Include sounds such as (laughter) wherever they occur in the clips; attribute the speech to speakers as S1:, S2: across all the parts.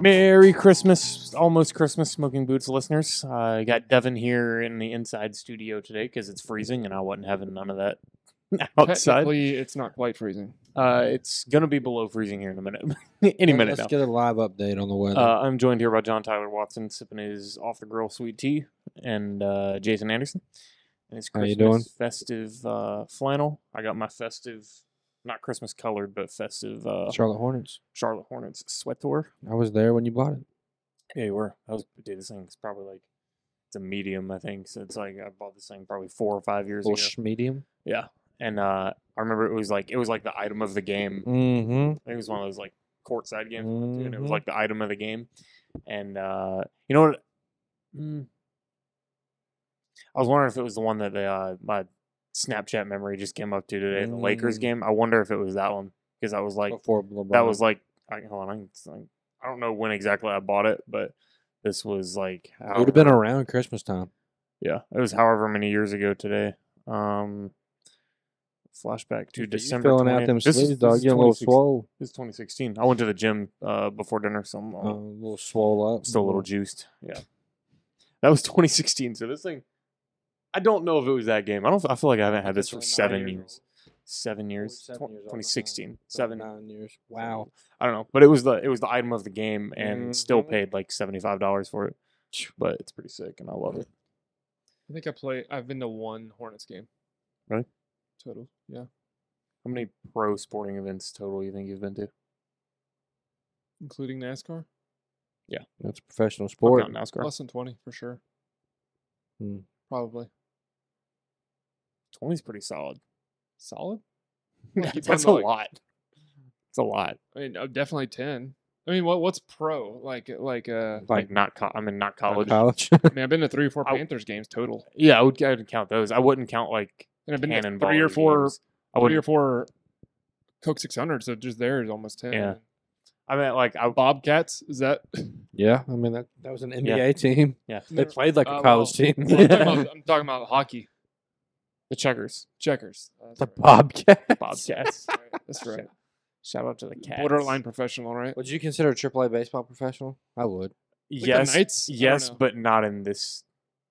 S1: Merry Christmas, almost Christmas, Smoking Boots listeners. Uh, I got Devin here in the inside studio today because it's freezing and I wasn't having none of that (laughs) Oh, outside.
S2: Technically, it's not quite freezing.
S1: Uh, it's going to be below freezing here in a minute, (laughs) any minute
S3: Let's
S1: now.
S3: get a live update on the weather.
S1: Uh, I'm joined here by John Tyler Watson sipping his off the grill sweet tea and uh, Jason Anderson. And his
S3: How
S1: Christmas
S3: you doing?
S1: festive uh, flannel. I got my festive, not Christmas colored, but festive uh,
S3: Charlotte Hornets.
S1: Charlotte Hornets sweater.
S3: I was there when you bought it.
S1: Yeah, you were. I was dude, this thing's probably like it's a medium, I think. So it's like I bought this thing probably four or five years
S3: Little
S1: ago.
S3: sh- medium.
S1: yeah. And uh I remember it was like it was like the item of the game.
S3: Mm-hmm.
S1: I think it was one of those like courtside games, we went to, and it was
S3: Mhm.
S1: like the item of the game. And uh you know what mm, I was wondering if it was the one that the uh my Snapchat memory just came up to today, the Lakers
S3: Mm.
S1: game. I wonder if it was that one because I was like
S3: Before LeBron.
S1: that was like I, hold on, I, can- I can- I don't know when exactly I bought it, but this was like
S3: It would have been around Christmas time.
S1: yeah, it was however many years ago today. Um, flashback to December.
S3: filling out
S1: 20th.
S3: them
S1: This is-
S3: sleeves, dog.
S1: This is,
S3: Getting a little
S1: 2016
S3: swole.
S1: this is 2016. I went to the gym uh, before dinner, so I'm
S3: Uh, a
S1: all-
S3: little swole up.
S1: still a little juiced. Yeah, that was (laughs) 2016. So this thing, I don't know if it was that game. I don't. I feel like I haven't had this for seven years. Seven years.
S3: seven
S1: Tw-
S3: years old, I know.
S1: 2016.
S3: Seven
S1: Seven.
S3: nine years. Wow.
S1: I don't know, but it was the it was the item of the game, and still
S2: Mhm.
S1: paid like seventy five dollars for it. But it's pretty sick, and I love it.
S2: I think I play. I've been to one Hornets game.
S1: Really?
S2: Total. Yeah.
S1: How many pro sporting events total you think you've been to?
S2: Including NASCAR.
S3: That's a professional
S1: Or
S3: sport.
S1: NASCAR?
S2: Less than 20 for sure.
S3: Hmm.
S2: Probably.
S1: Twenty's pretty
S2: (laughs)
S1: solid. (laughs)
S2: Solid? Like, you
S1: That's a
S2: bundle, like-
S1: lot. It's a lot.
S2: I mean, uh, definitely 10. I mean, what what's pro? Like,
S1: (laughs)
S2: like uh,
S1: Like not, co- I mean, not college.
S3: College. (laughs)
S2: I mean, I've been to three or four
S1: I-
S2: Panthers games total.
S1: yeah, I would, I would count those. I wouldn't count like
S2: And I've been to
S1: cannonball
S2: three or four,
S1: games. I
S2: three or
S1: wouldn't.
S2: four Coke 600. So just there is almost 10.
S1: Yeah. I mean, like I.
S2: Bobcats,
S1: (laughs)
S2: is that? (laughs)
S3: yeah. I mean, that, that was an NBA team. They
S2: Never-
S3: played like a
S2: Uh,
S3: college team.
S2: well,
S3: (laughs)
S2: I'm, talking about, I'm talking about hockey.
S1: The checkers.
S2: Checkers. Uh,
S3: the
S2: that's right.
S3: Bobcats.
S1: (laughs)
S2: (laughs)
S1: Bobcats.
S2: That's right.
S1: Shout out to the cats.
S2: Borderline professional, right?
S3: Would you consider AAA baseball professional? I would.
S2: Like the
S1: Yes.
S2: Knights? I don't
S1: yes,
S2: know.
S1: but not in this.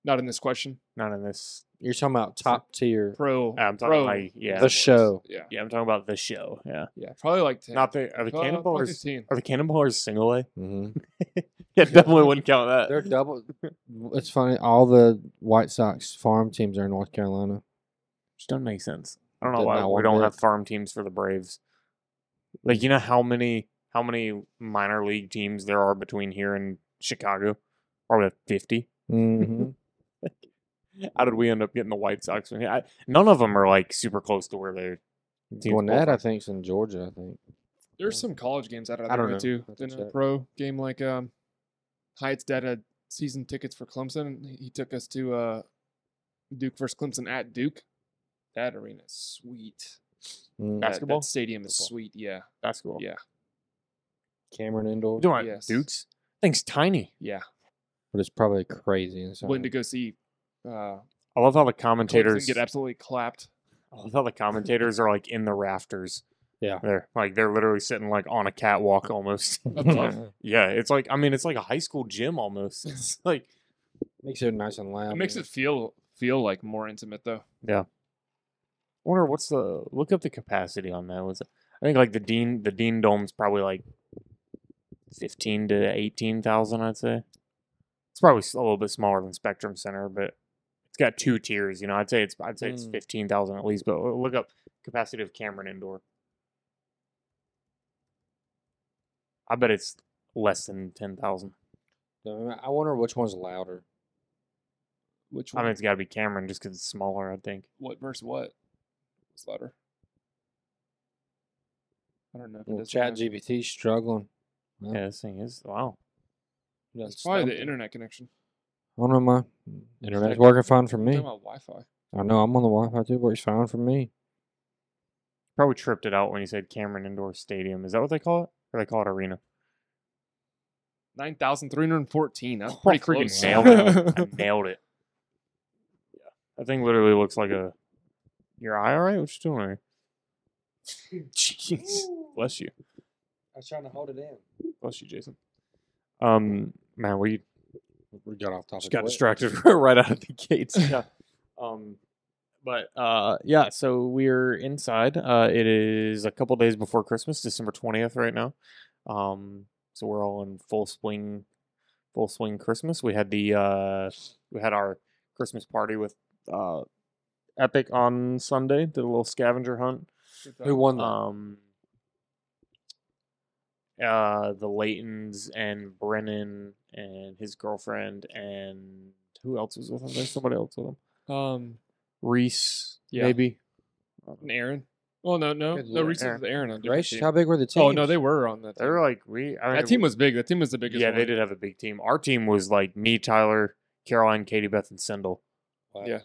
S2: not in this question.
S1: Not in this.
S3: You're talking about
S2: So-
S3: top (laughs) tier.
S2: Pro.
S1: I'm talking
S2: pro
S1: like yeah.
S3: The
S2: sports.
S3: show.
S2: Yeah.
S1: yeah, I'm talking about the show. Yeah.
S2: Yeah. Probably like 10.
S1: Not the are the
S2: Uh, probably
S1: cannonballers
S2: 15.
S1: are the cannonballers single
S3: (laughs)
S1: A?
S3: Mm-hmm.
S1: Yeah, definitely wouldn't count that.
S3: They're double. It's funny. All the White Sox farm teams are in North Carolina.
S1: Which doesn't make sense. I don't know
S3: Did
S1: why
S3: not
S1: we
S3: one
S1: don't
S3: bit.
S1: have farm teams for the Braves. Like you know how many how many minor league teams there are between here and Chicago? Probably fifty.
S3: (laughs) Mm-hmm.
S1: How did we end up getting the White Sox? from here? I, none of them are like super close to where they're. Teams
S3: Gwinnett,
S1: qualify.
S3: I think, is in Georgia. I think.
S2: There's some college games out of
S3: I
S2: the
S3: don't
S2: way
S3: know.
S2: too.
S3: Have to
S2: Then a
S3: check.
S2: pro game like um, Heights dad had season tickets for Clemson. and He he took us to uh, Duke versus Clemson at Duke. That arena is sweet.
S3: Mm.
S2: That-
S1: Basketball?
S2: that stadium is
S1: Football.
S2: sweet. Yeah,
S1: Basketball.
S2: yeah,
S3: Cameron Indoor,
S1: We're doing
S2: Yes.
S1: Dukes. Thing's tiny.
S2: yeah.
S3: but it's probably crazy inside.
S2: Went to go see uh,
S1: I love how the
S2: Clemson
S1: commentators.
S2: get absolutely clapped.
S1: I love how the commentators are like in the rafters.
S3: Yeah.
S1: they're like they're literally sitting like on a catwalk almost.
S2: above.
S1: yeah, it's like I mean it's like a high school gym almost. (laughs) It's like
S3: (laughs) makes it nice and loud.
S2: It makes
S3: man.
S2: it feel feel like more intimate though.
S1: wonder what's the look up the capacity on that was i think like the dean the dean dome's probably like 15 to 18000 i'd say it's probably s- a little bit smaller than spectrum center but it's got two tiers you know i'd say it's i'd say it's
S3: Mm.
S1: 15000 at least but lo- look up capacity of cameron indoor i bet it's less than 10000
S3: So, I wonder which one's louder.
S2: Which
S1: i
S2: one?
S1: mean it's got to be cameron just because it's smaller i think
S2: what versus what? It's louder. I don't know. If it
S3: Well,
S2: does
S3: Chat GPT struggling. Yeah.
S1: yeah this thing is wow
S3: That's
S2: It's probably the
S3: something.
S2: internet connection.
S3: I don't know my internet's
S2: like-
S3: working fine for me.
S2: Talking about Wi-Fi.
S3: I know I'm on the Wi-Fi too. Works fine for me.
S1: Probably tripped it out when you said Cameron Indoor Stadium. Is that what they call it? Or they call it arena?
S2: Nine thousand three hundred fourteen.
S1: (laughs)
S2: That's
S1: Oh,
S2: pretty
S1: freaking
S2: close.
S1: nailed
S2: (laughs)
S1: it. I nailed it. Yeah. That thing literally looks like a your eye alright? What you doing
S2: (laughs)
S1: there? Jeez. Bless you.
S3: I was trying to hold it in.
S1: Bless you, Jason. Um, man, we
S3: We got off topic.
S1: just got
S3: quick.
S1: distracted (laughs) right out of the gates. Yeah. um, but uh, yeah, so we're inside. Uh, it is a couple days before Christmas, December twentieth, right now. Um, so we're all in full swing, full swing Christmas. We had the uh, we had our Christmas party with uh, Epic on Sunday. Did a little scavenger hunt.
S3: Who won that?
S1: Um, uh, the Laytons and Brennan and his girlfriend and who else was with him? There's somebody else with him.
S2: (laughs) Um,
S1: Reese,
S2: Yeah.
S1: maybe.
S2: and Aaron. Well, no, no,
S3: Good
S2: no.
S3: lord.
S2: Reese's
S1: Aaron.
S2: with Aaron on different
S3: Grace,
S2: team.
S3: how big were the teams?
S2: Oh no, they were on that.
S1: They
S2: team.
S1: were like we. I mean,
S2: that team was big. That team was the biggest.
S1: Yeah,
S2: one.
S1: they did have a big team. Our team was like me, Tyler, Caroline, Katie, Beth, and Sindel.
S3: Wow.
S2: Yeah.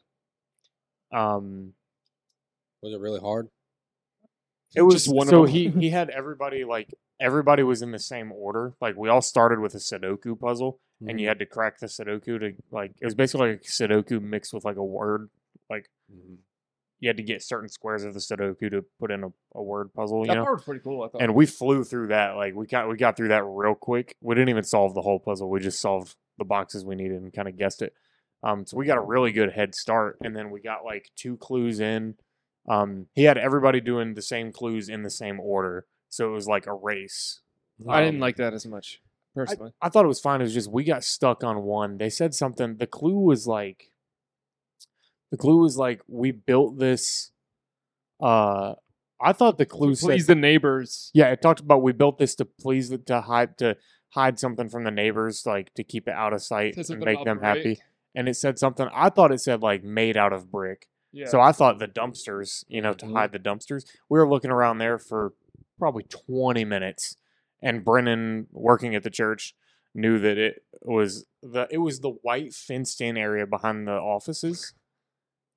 S1: Um,
S3: Was it really hard?
S1: it was
S2: Just one of
S1: so
S2: them.
S1: he
S2: (laughs)
S1: he had everybody like everybody was in the same order. Like we all started with a Sudoku puzzle,
S3: Mm-hmm.
S1: and you had to crack the Sudoku to like it was basically like Sudoku mixed with like a word. Like
S3: Mhm.
S1: you had to get certain squares of the Sudoku to put in a, a word puzzle. You
S2: That
S1: know,
S2: part was pretty cool. I thought.
S1: and we flew through that. Like we got we got through that real quick. We didn't even solve the whole puzzle. We just solved the boxes we needed and kind of guessed it. Um, so we got a really good head start, and then we got like two clues in. Um, he had everybody doing the same clues in the same order, so it was like a race.
S2: I didn't
S3: Oh.
S1: Um,
S2: like that as much personally.
S1: I thought it was fine. It was just we got stuck on one. They said something. The clue was like, the clue was like we built this. Uh, I thought the clue said
S2: Please the neighbors.
S1: yeah, it talked about we built this to please the- to hide to hide something from the neighbors, like to keep it out of sight
S2: Said
S1: and
S2: something
S1: make
S2: about
S1: them happy.
S2: brick.
S1: And it said something. I thought it said like made out of brick.
S2: Yeah.
S1: So I thought the dumpsters, you know, to
S3: Mhm.
S1: hide the dumpsters. We were looking around there for probably twenty minutes, and Brennan working at the church knew that it was the it was the white fenced in area behind the offices.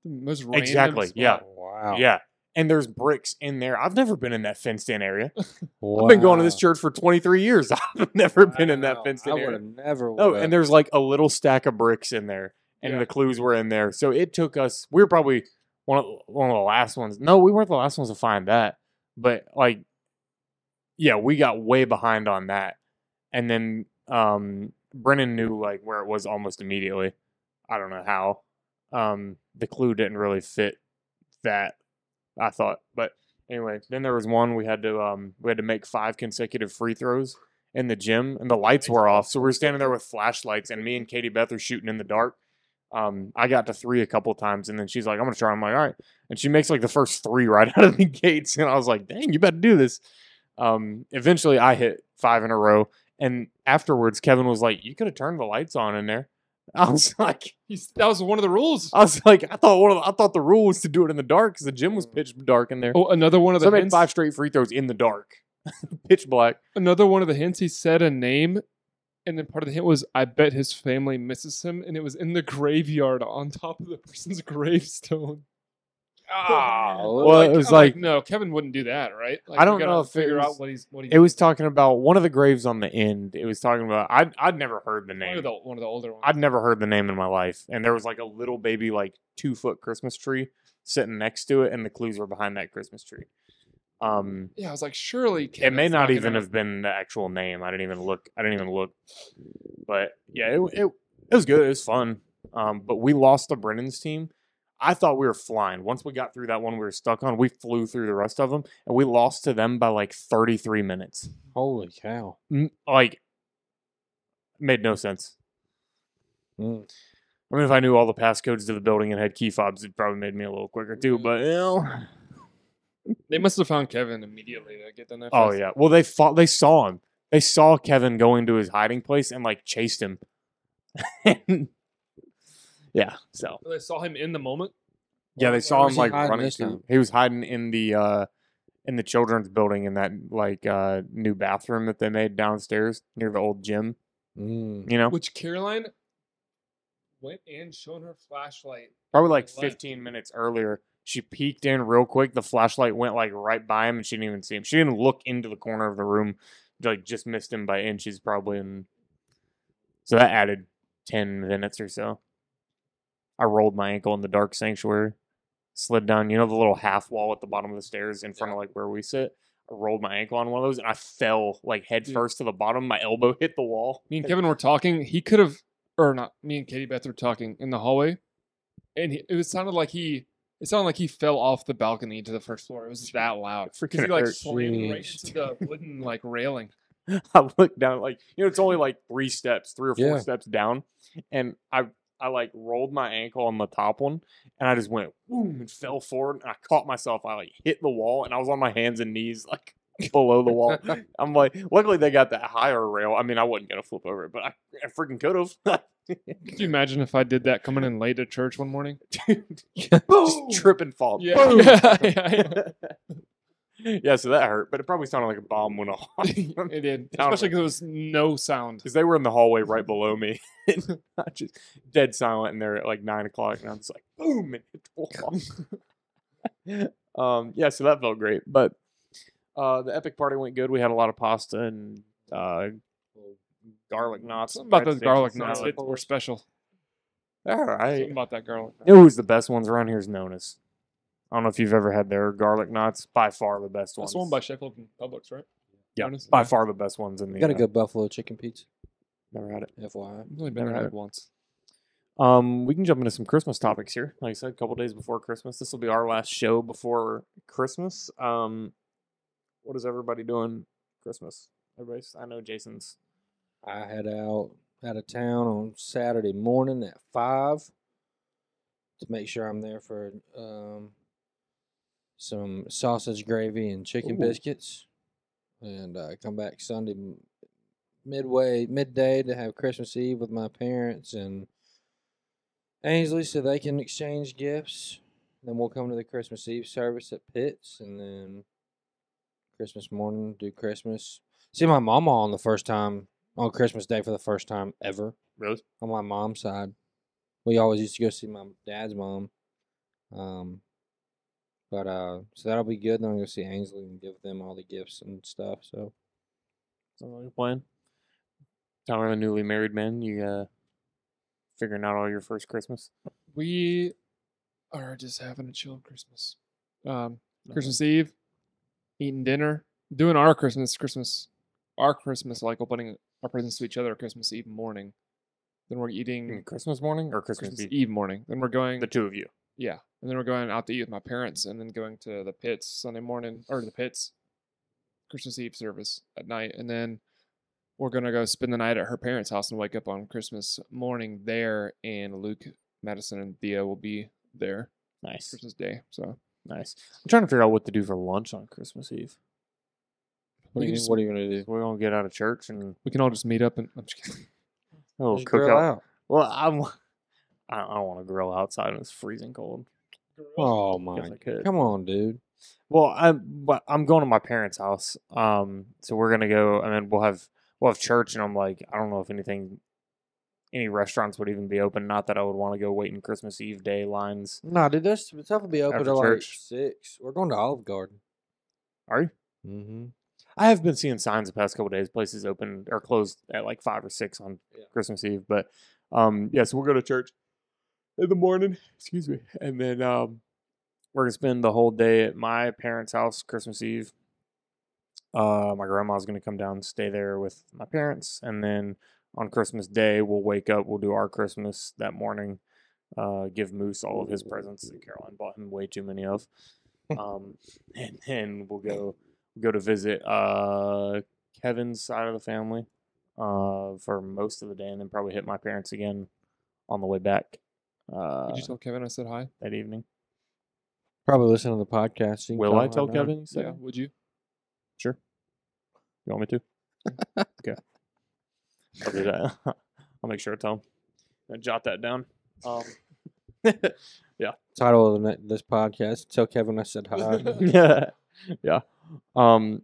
S2: The most random
S1: Exactly, yeah.
S2: spot.
S3: Wow.
S1: Yeah. And there's bricks in there. I've never been in that fenced in
S3: (laughs)
S1: area.
S3: Wow.
S1: I've been going to this church for 23 years. (laughs) I've never been in that
S3: Wow.
S1: fenced
S3: I
S1: in
S3: would
S1: area.
S3: have never.
S1: No,
S3: would've.
S1: and there's like a little stack of bricks in there, and
S2: Yeah.
S1: the clues were in there. So it took us. We were probably one of, one of the last ones. No, we weren't the last ones to find that, but like, yeah, we got way behind on that. And then um, Brennan knew like where it was almost immediately. I don't know how. Um, the clue didn't really fit that I thought, but anyway, then there was one we had to um, we had to make five consecutive free throws in the gym, and the lights were off, so we were standing there with flashlights, and me and Katie Beth are shooting in the dark. Um, I got to three a couple times, and then she's like, "I'm gonna try." I'm like, "All right," and she makes like the first three (laughs) right out of the gates, and I was like, "Dang, you better do this." Um, eventually, I hit five in a row, and afterwards, Kevin was like, "You could have turned the lights on in there." (laughs) I was like,
S2: He's, that was one of the rules.
S1: I was like, I thought one of the, I thought the rule was to do it in the dark because the gym was pitch dark in there.
S2: Oh, another one of
S1: So
S2: the
S1: I made
S2: hints.
S1: five straight free throws in the dark, (laughs) pitch black.
S2: Another one of the hints. He said a name, and then part of the hint was, "I bet his family misses him," and it was in the graveyard on top of the person's (laughs) gravestone. Ah. (laughs)
S3: Oh,
S1: Well, it was
S2: I'm
S1: like-
S2: no, Kevin wouldn't do that, right? Like,
S1: I
S2: we
S1: don't
S2: gotta
S1: know if it
S2: figure out
S1: was-
S2: what he's what he.
S1: It was talking about one of the graves on the end. It was talking about I'd I'd never heard the
S2: one of
S1: name.
S2: the one of the older ones.
S1: I'd never heard the name in my life, and there was like a little baby like two foot Christmas tree sitting next to it, and the clues were behind that Christmas tree. Um,
S2: yeah, I was like, surely
S1: it may
S2: Kevin's
S1: not
S2: gonna-
S1: even have been the actual name. I didn't even look. I didn't even look. But yeah, it it, it was good. It was fun. Um, but we lost the Brennan's team. I thought we were flying. Once we got through that one we were stuck on, we flew through the rest of them, and we lost to them by like 33 minutes.
S3: holy cow!
S1: M- Like, made no sense.
S3: Mm.
S1: I mean, if I knew all the passcodes to the building and had key fobs, it probably made me a little quicker
S3: Mm-hmm.
S1: too. But you
S3: (laughs)
S1: know.
S2: They must have found Kevin immediately to get the that.
S1: Oh
S2: fast.
S1: yeah. Well, they fought. They saw him. They saw Kevin going to his hiding place and like chased him. (laughs) yeah. So
S2: They saw him in the moment.
S1: yeah, they
S3: Where-
S1: saw
S3: where
S1: him
S3: was he
S1: like
S3: hiding
S1: running.
S3: this
S1: through-
S3: time?
S1: He was hiding in the uh in the children's building in that like uh new bathroom that they made downstairs near the old gym.
S3: Mm.
S1: You know,
S2: Which Caroline went and shone her flashlight.
S1: probably like
S2: Left.
S1: 15 minutes earlier. She peeked in real quick. The flashlight went like right by him, and she didn't even see him. She didn't look into the corner of the room. Like just missed him by inches, probably, and so that added 10 minutes or so. I rolled my ankle in the dark sanctuary, slid down. You know the little half wall at the bottom of the stairs in front of like where we sit. rolled my ankle on one of those and I fell like head
S2: Dude.
S1: first to the bottom. My elbow hit the wall.
S2: Me and Kevin were talking. He could have, or not. Me and Katie Beth were talking in the hallway, and he, it was sounded like he. It sounded like he fell off the balcony to the first floor.
S1: (laughs)
S2: It was that loud. Because
S1: Freaking
S2: he like
S1: hurt.
S2: slammed right
S3: Jeez.
S2: into the
S1: (laughs)
S2: wooden like railing.
S1: I looked down, like you know, it's only like three steps, three or four
S3: Yeah.
S1: steps down, and I I like rolled my ankle on the top one, and I just went boom and fell forward, and I caught myself. I like hit the wall, and I was on my hands and knees, (laughs) like below the wall. I'm like, luckily they got that higher rail. I mean, I wasn't gonna flip over it, but I, I freaking could have. (laughs)
S2: Could you imagine if I did that coming in late to church one morning?
S1: (laughs) just trip and fall.
S2: Yeah.
S1: Boom.
S2: (laughs) Yeah, yeah,
S1: (laughs) yeah, so that hurt, but it probably sounded like a bomb (laughs) went off
S2: yeah. it
S1: (laughs)
S2: did.
S1: Down.
S2: Especially because there was no sound.
S1: because they were in the hallway right below me. (laughs) And I just dead silent in there at like nine o'clock, and I'm just like boom and hit the wall. (laughs) um, yeah, so that felt great, but uh, the epic party went good. We had a lot of pasta and uh, garlic knots.
S2: Something about
S1: breadsticks
S2: those
S1: and
S2: garlic knots
S1: salad.
S2: that were special.
S1: All right.
S2: Something about that garlic.
S1: You know who's the best ones around here is Nona's. I don't know if you've ever had their garlic knots. By far the best ones.
S2: That's the one by Sheffield and Publix, right?
S1: Yeah,
S2: Notice?
S1: by far the best ones in the.
S3: We got a
S1: uh,
S3: good buffalo chicken pizza.
S1: Never had it.
S3: FYI.
S2: I've only been
S1: Never
S2: there
S1: had
S2: had
S1: it.
S2: it once.
S1: Um, we can jump into some Christmas topics here. Like I said, a couple days before Christmas. This will be our last show before Christmas. Um, what is everybody doing Christmas? Everybody's. I know Jason's.
S3: I had out out of town on Saturday morning at five to make sure I'm there for um, some sausage gravy and chicken
S1: Ooh.
S3: biscuits, and uh, come back Sunday m- midway midday to have Christmas Eve with my parents and Ainsley, so they can exchange gifts. Then we'll come to the Christmas Eve service at Pitts, and then Christmas morning do Christmas. See my mama on the first time on Christmas Day for the first time ever
S1: Really?
S3: on my mom's side. We always used to go see my dad's mom. Um, but uh, so that'll be good. Then I'm gonna see Ainsley and give them all the gifts and stuff. So
S1: Something you're playing. Tyler, the newly married man. You uh, figuring out all your first Christmas.
S2: We are just having a chill Christmas. Um, Christmas Eve, eating dinner, doing our Christmas, Christmas, our Christmas, like opening our presents to each other Christmas Eve morning. Then we're
S1: Mm,
S2: eating
S1: Christmas morning or Christmas,
S2: Christmas
S1: Eve?
S2: Eve morning. Then we're going,
S1: The two of you.
S2: yeah. And then we're going out to eat with my parents, and then going to the pits Sunday morning or the pits Christmas Eve service at night, and then we're gonna go spend the night at her parents' house and wake up on Christmas morning there. And Luke, Madison, and Thea will be there.
S1: Nice.
S2: Christmas Day. So
S1: Nice. I'm trying to figure out what to do for lunch on Christmas Eve.
S3: what, do
S2: we can,
S3: you,
S2: just,
S3: what are you gonna do?
S1: We're gonna get out of church and
S2: we can all just meet up and I'm just kidding.
S1: oh,
S3: Just
S1: cook
S3: grill
S1: out. Well, I'm. I don't, want to grill outside when it's freezing cold.
S3: Oh
S1: If
S3: my!
S1: I could.
S3: Come on, dude.
S1: Well, I'm but I'm going to my parents' house. Um, so we're gonna go, and then we'll have we'll have church, and I'm like, I don't know if anything, any restaurants would even be open. Not that I would want to go wait in Christmas Eve day lines.
S3: Nah, dude, that's stuff will be open
S1: After
S3: till like
S1: church.
S3: six. We're going to Olive Garden.
S1: Are you?
S3: Mm-hmm.
S1: I have been seeing signs the past couple days. Places open or closed at like five or six on
S3: Yeah.
S1: Christmas Eve. But um, yeah, so we'll go to church in the morning. Excuse me, and then um, we're gonna spend the whole day at my parents' house Christmas Eve. Uh, my grandma's gonna come down and stay there with my parents, and then on Christmas Day we'll wake up. We'll do our Christmas that morning. Uh, give Moose all of his presents that Caroline bought him way too many of. Um, and then we'll go go to visit uh, Kevin's side of the family uh, for most of the day, and then probably hit my parents again on the way back uh,
S2: Would you tell Kevin I said hi?
S1: that evening.
S3: Probably listen to the podcast. You can
S1: Will I
S3: her
S1: tell
S3: now.
S1: Kevin? You, said
S2: Yeah,
S1: hi?
S2: would you?
S1: you want me to? okay, I'll do that. (laughs) I'll make sure I tell him. I jot that down. Um, (laughs)
S3: Title of the, ne- this podcast: Tell Kevin I said
S1: (laughs)
S3: hi.
S1: yeah, yeah. Um,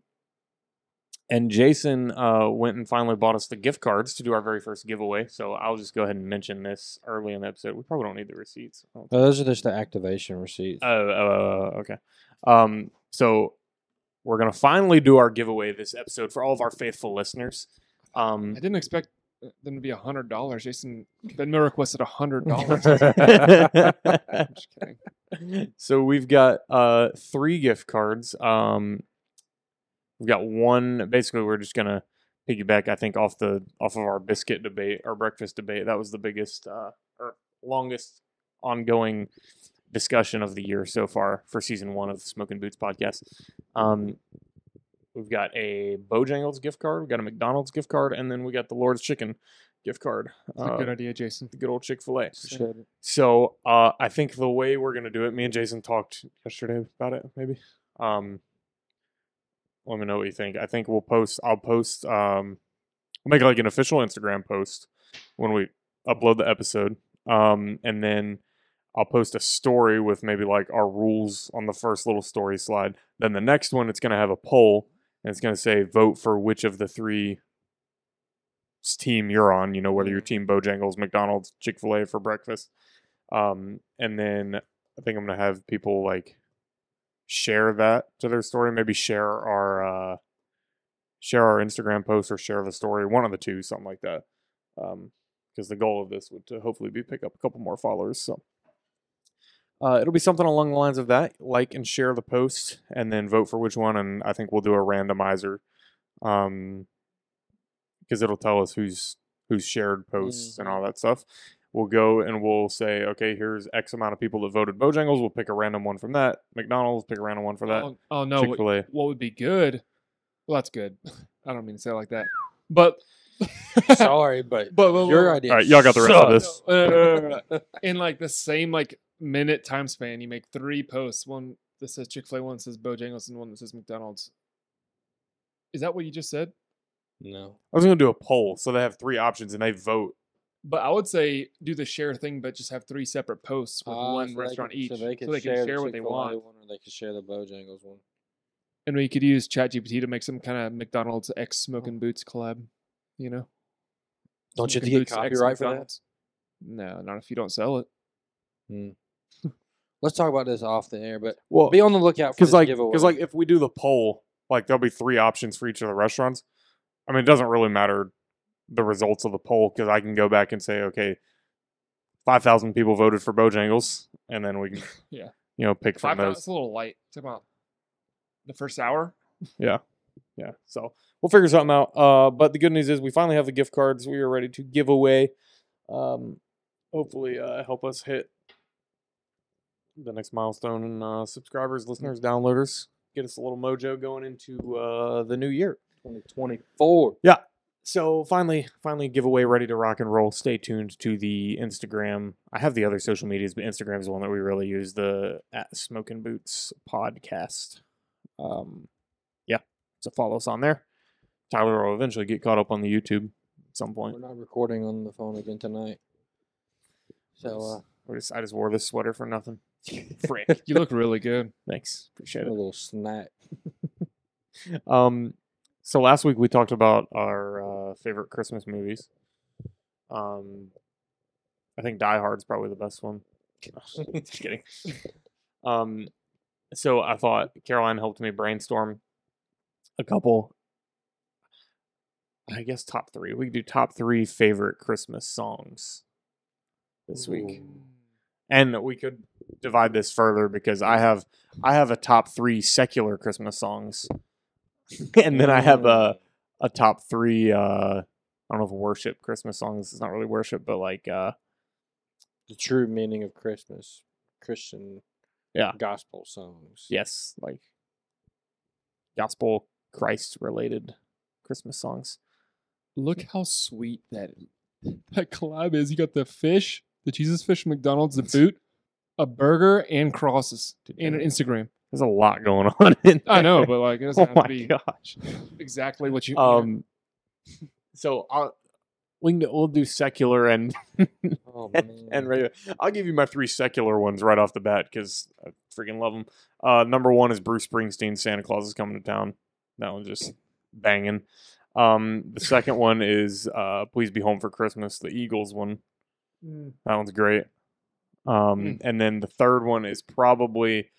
S1: and Jason uh, went and finally bought us the gift cards to do our very first giveaway. So I'll just go ahead and mention this early in the episode. We probably don't need the receipts. I don't
S3: Oh, those are just the activation receipts.
S1: Oh,
S2: Uh,
S3: (laughs)
S1: oh, oh, okay. Um, so we're gonna finally do our giveaway this episode for all of our faithful listeners.
S2: I (laughs)
S1: Um,
S2: didn't expect uh, them to be a hundred dollars. Jason Venmo requested a
S1: (laughs)
S2: hundred dollars. I'm just (laughs) kidding.
S1: so we've got uh three gift cards. Um, We've got one. Basically, we're just gonna piggyback. I think off the off of our biscuit debate, our breakfast debate. That was the biggest uh, or longest ongoing discussion of the year so far for season one of Smoking Boots podcast. Um, we've got a Bojangles gift card. We've got a McDonald's gift card, and then we got the Lord's Chicken gift card.
S2: It's a
S1: Uh,
S2: good idea, Jason.
S1: the good old Chick Fil A.
S3: Appreciate it.
S1: So uh, I think the way we're gonna do it, me and Jason talked yesterday about it. Maybe. Um, let me know what you think. I think we'll post. I'll post. Um, we'll make like an official Instagram post when we upload the episode. Um, and then I'll post a story with maybe like our rules on the first little story slide. Then the next one, it's gonna have a poll, and it's gonna say vote for which of the three s- team you're on. You know whether you're
S2: Mhm.
S1: team Bojangles, McDonald's, Chick Fil A for breakfast. Um, and then I think I'm gonna have people like share that to their story. Maybe share our uh, share our Instagram post or share the story. One of the two, something like that. Um, because the goal of this would to hopefully be pick up a couple more followers. So uh, it'll be something along the lines of that. Like and share the post, and then vote for which one. And I think we'll do a randomizer, um, because it'll tell us who's who's shared posts and all that stuff. We'll go and we'll say, okay, here's X amount of people that voted Bojangles. We'll pick a random one from that. McDonald's pick a random one for that.
S2: Oh, oh no!
S1: Chick
S2: What,
S1: Fil A.
S2: what would be good? Well, that's good. (laughs) I don't mean to say it like that, but (laughs) but,
S3: Sorry, (laughs) but
S2: but, but
S3: your idea.
S1: All right, y'all got the rest of this.
S2: (laughs) No, no, no, no, no, no. in like the same like minute time span, you make three posts. One that says Chick Fil A, one that says Bojangles, and one that says McDonald's. Is that what you just said?
S3: No.
S1: I was gonna do a poll, so they have three options and they vote.
S2: But I would say do the share thing, but just have three separate posts with
S3: Ah,
S2: one
S3: so they
S2: restaurant
S3: could-
S2: each,
S3: So they can
S2: can
S3: share,
S2: share
S3: the
S2: what they
S3: Chick-fil-A
S2: want.
S3: One or they could share the Bojangles one.
S2: And we could use ChatGPT to make some kind of McDonald's X Smoking Boots collab. You know.
S3: Don't you have to
S2: Smokin'
S3: get
S2: Boots X
S3: copyright for that?
S2: McDonald's. No, not if you don't sell it.
S3: Let's talk about this off the air, but
S1: Well,
S3: be on the lookout for
S1: because
S3: this
S1: like
S3: giveaway.
S1: because like if we do the poll, like there'll be three options for each of the restaurants. I mean, it doesn't really matter the results of the poll because I can go back and say, okay, five thousand people voted for Bojangles, and then we can
S2: Yeah.
S1: you know pick from
S2: Five
S1: those.
S2: dollars a little light. Talk about the first hour.
S1: Yeah, so we'll figure something out. Uh, but the good news is we finally have the gift cards we are ready to give away. Um, hopefully, uh, help us hit the next milestone in uh, subscribers, listeners, downloaders. Get us a little mojo going into uh, the new year.
S3: 2024.
S1: So finally, finally, giveaway ready to rock and roll. Stay tuned to the Instagram. I have the other social medias, but Instagram is the one that we really use. The at Smoking Boots podcast. Um, yeah, so follow us on there. Tyler will eventually get caught up on the YouTube at some
S3: We're
S1: point.
S3: not recording on the phone again tonight. So
S1: I just, I just wore this sweater for nothing.
S3: uh,
S1: Frick.
S2: You look really good.
S1: Thanks, appreciate
S3: a
S1: it.
S3: little snack.
S1: Um, so last week we talked about our uh, favorite Christmas movies. Um, I think Die Hard's probably the best one. (laughs) Just kidding. (laughs) Um, so I thought Caroline helped me brainstorm a couple. I guess top three. We could do top three favorite Christmas songs this week and we could divide this further because I have I have a top three secular Christmas songs, (laughs) and then I have a a top three uh, I don't know if worship Christmas songs. It's not really worship, but like uh,
S3: the true meaning of Christmas, Christian,
S1: Yeah.
S3: gospel songs.
S1: yes, like gospel Christ related Christmas songs.
S3: (laughs)
S2: Look how sweet that that collab is. You got the fish, the Jesus fish from
S3: (laughs)
S2: McDonald's, the boot, a burger, and crosses, and an Instagram.
S1: There's a lot going (laughs) on. In
S2: I know,
S1: there.
S2: but
S3: (laughs)
S2: like it doesn't
S1: Oh
S2: have to
S1: my
S2: be
S1: gosh.
S2: exactly what you. Um,
S1: Um. So I'll we can, we'll do secular and
S3: Oh man.
S1: (laughs) and regular. I'll give you my three secular ones right off the bat because I freaking love them. Uh, number one is Bruce Springsteen, Santa Claus is coming to town. That one's just banging. Um, the second one is uh, Please Be Home for Christmas, the Eagles one. That one's great. Um, and then the third one is probably.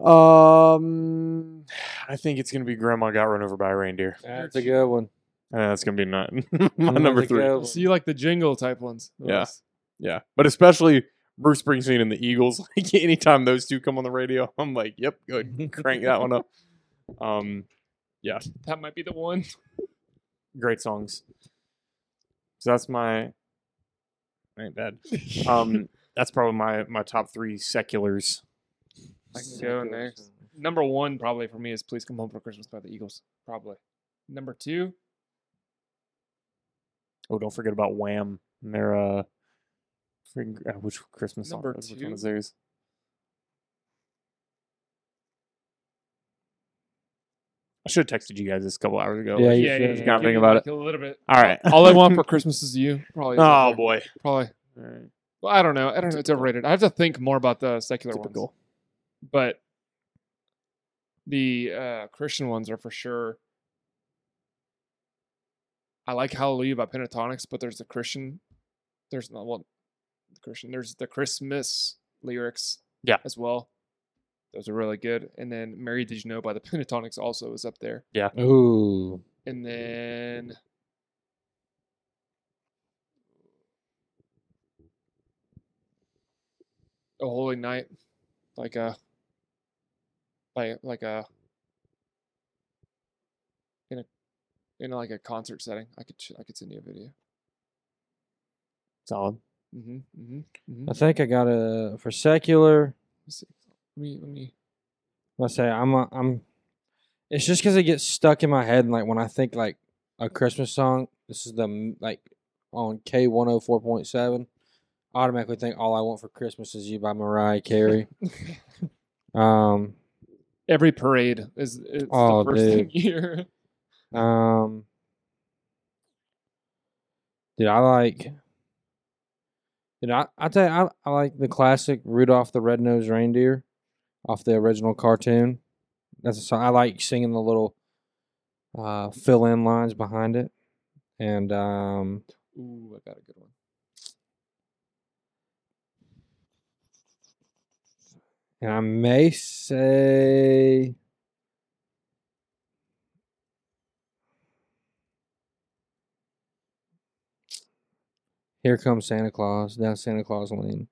S1: Um, I think it's gonna be Grandma got run over by a reindeer.
S3: that's a good one.
S1: Uh, that's gonna be not my (laughs)
S3: That's
S1: number
S3: a
S1: three.
S3: good one.
S2: so you like the jingle type ones?
S1: Yeah. Yeah, but especially Bruce Springsteen and the Eagles. (laughs) Like anytime those two come on the radio, I'm like, "Yep, go ahead, crank that one up." Um,
S2: Yeah, that might be the one.
S1: Great songs. So that's my ain't bad. Um, that's probably my my top three seculars.
S3: (laughs)
S2: I can go next. (laughs) Number one, probably for me, is "Please Come Home for Christmas" by the Eagles. Probably. Number two,
S1: Oh, don't forget about Wham. And their uh, frig- uh, which Christmas song?
S2: Number
S1: is- Which one
S2: two?
S1: is theirs? I should have texted you guys this a couple hours ago.
S3: Yeah,
S1: Like,
S3: you
S2: yeah, yeah,
S3: should.
S2: yeah,
S1: Just
S2: yeah,
S1: gotta
S2: give
S1: think
S2: me,
S1: about
S2: like, a
S1: (laughs)
S2: little bit.
S1: All right.
S2: All I (laughs) want for Christmas is you. Probably. is up
S1: oh
S2: there.
S1: boy.
S2: Probably.
S1: All right.
S2: Well, I don't know. I don't know. It's overrated. I have to think more about the secular ones.
S1: Typical.
S2: But the uh, Christian ones are for sure. I like Hallelujah by Pentatonics, but there's the Christian. There's not well, the Christian. There's the Christmas lyrics.
S1: Yeah.
S2: As well. Those are really good. And then Mary Did You Know by the Pentatonics also is up there.
S3: Ooh.
S2: And then a holy night, like a like like a in a in like a concert setting. I could sh- I could send you a video.
S1: Solid.
S2: Mm-hmm. Mm-hmm. mm-hmm.
S3: I think I got a for secular.
S2: Let me let me.
S3: I say I'm a, I'm. It's just because it gets stuck in my head, and like when I think like a Christmas song, this is the m- like on K one hundred four point seven. Automatically think all I want for Christmas is you by
S1: (laughs)
S3: Mariah Carey. um,
S2: (laughs) Every parade is it's
S3: Oh,
S2: the first (laughs) thing
S3: dude.
S2: here.
S3: um, dude, I like. Dude, I I tell you, I, I like the classic Rudolph the Red Nosed Reindeer, off the original cartoon. That's a song I like singing the little uh, fill in lines behind it, and um,
S2: Ooh, I got a good one.
S3: and I may say Here comes Santa Claus down Santa Claus Lane.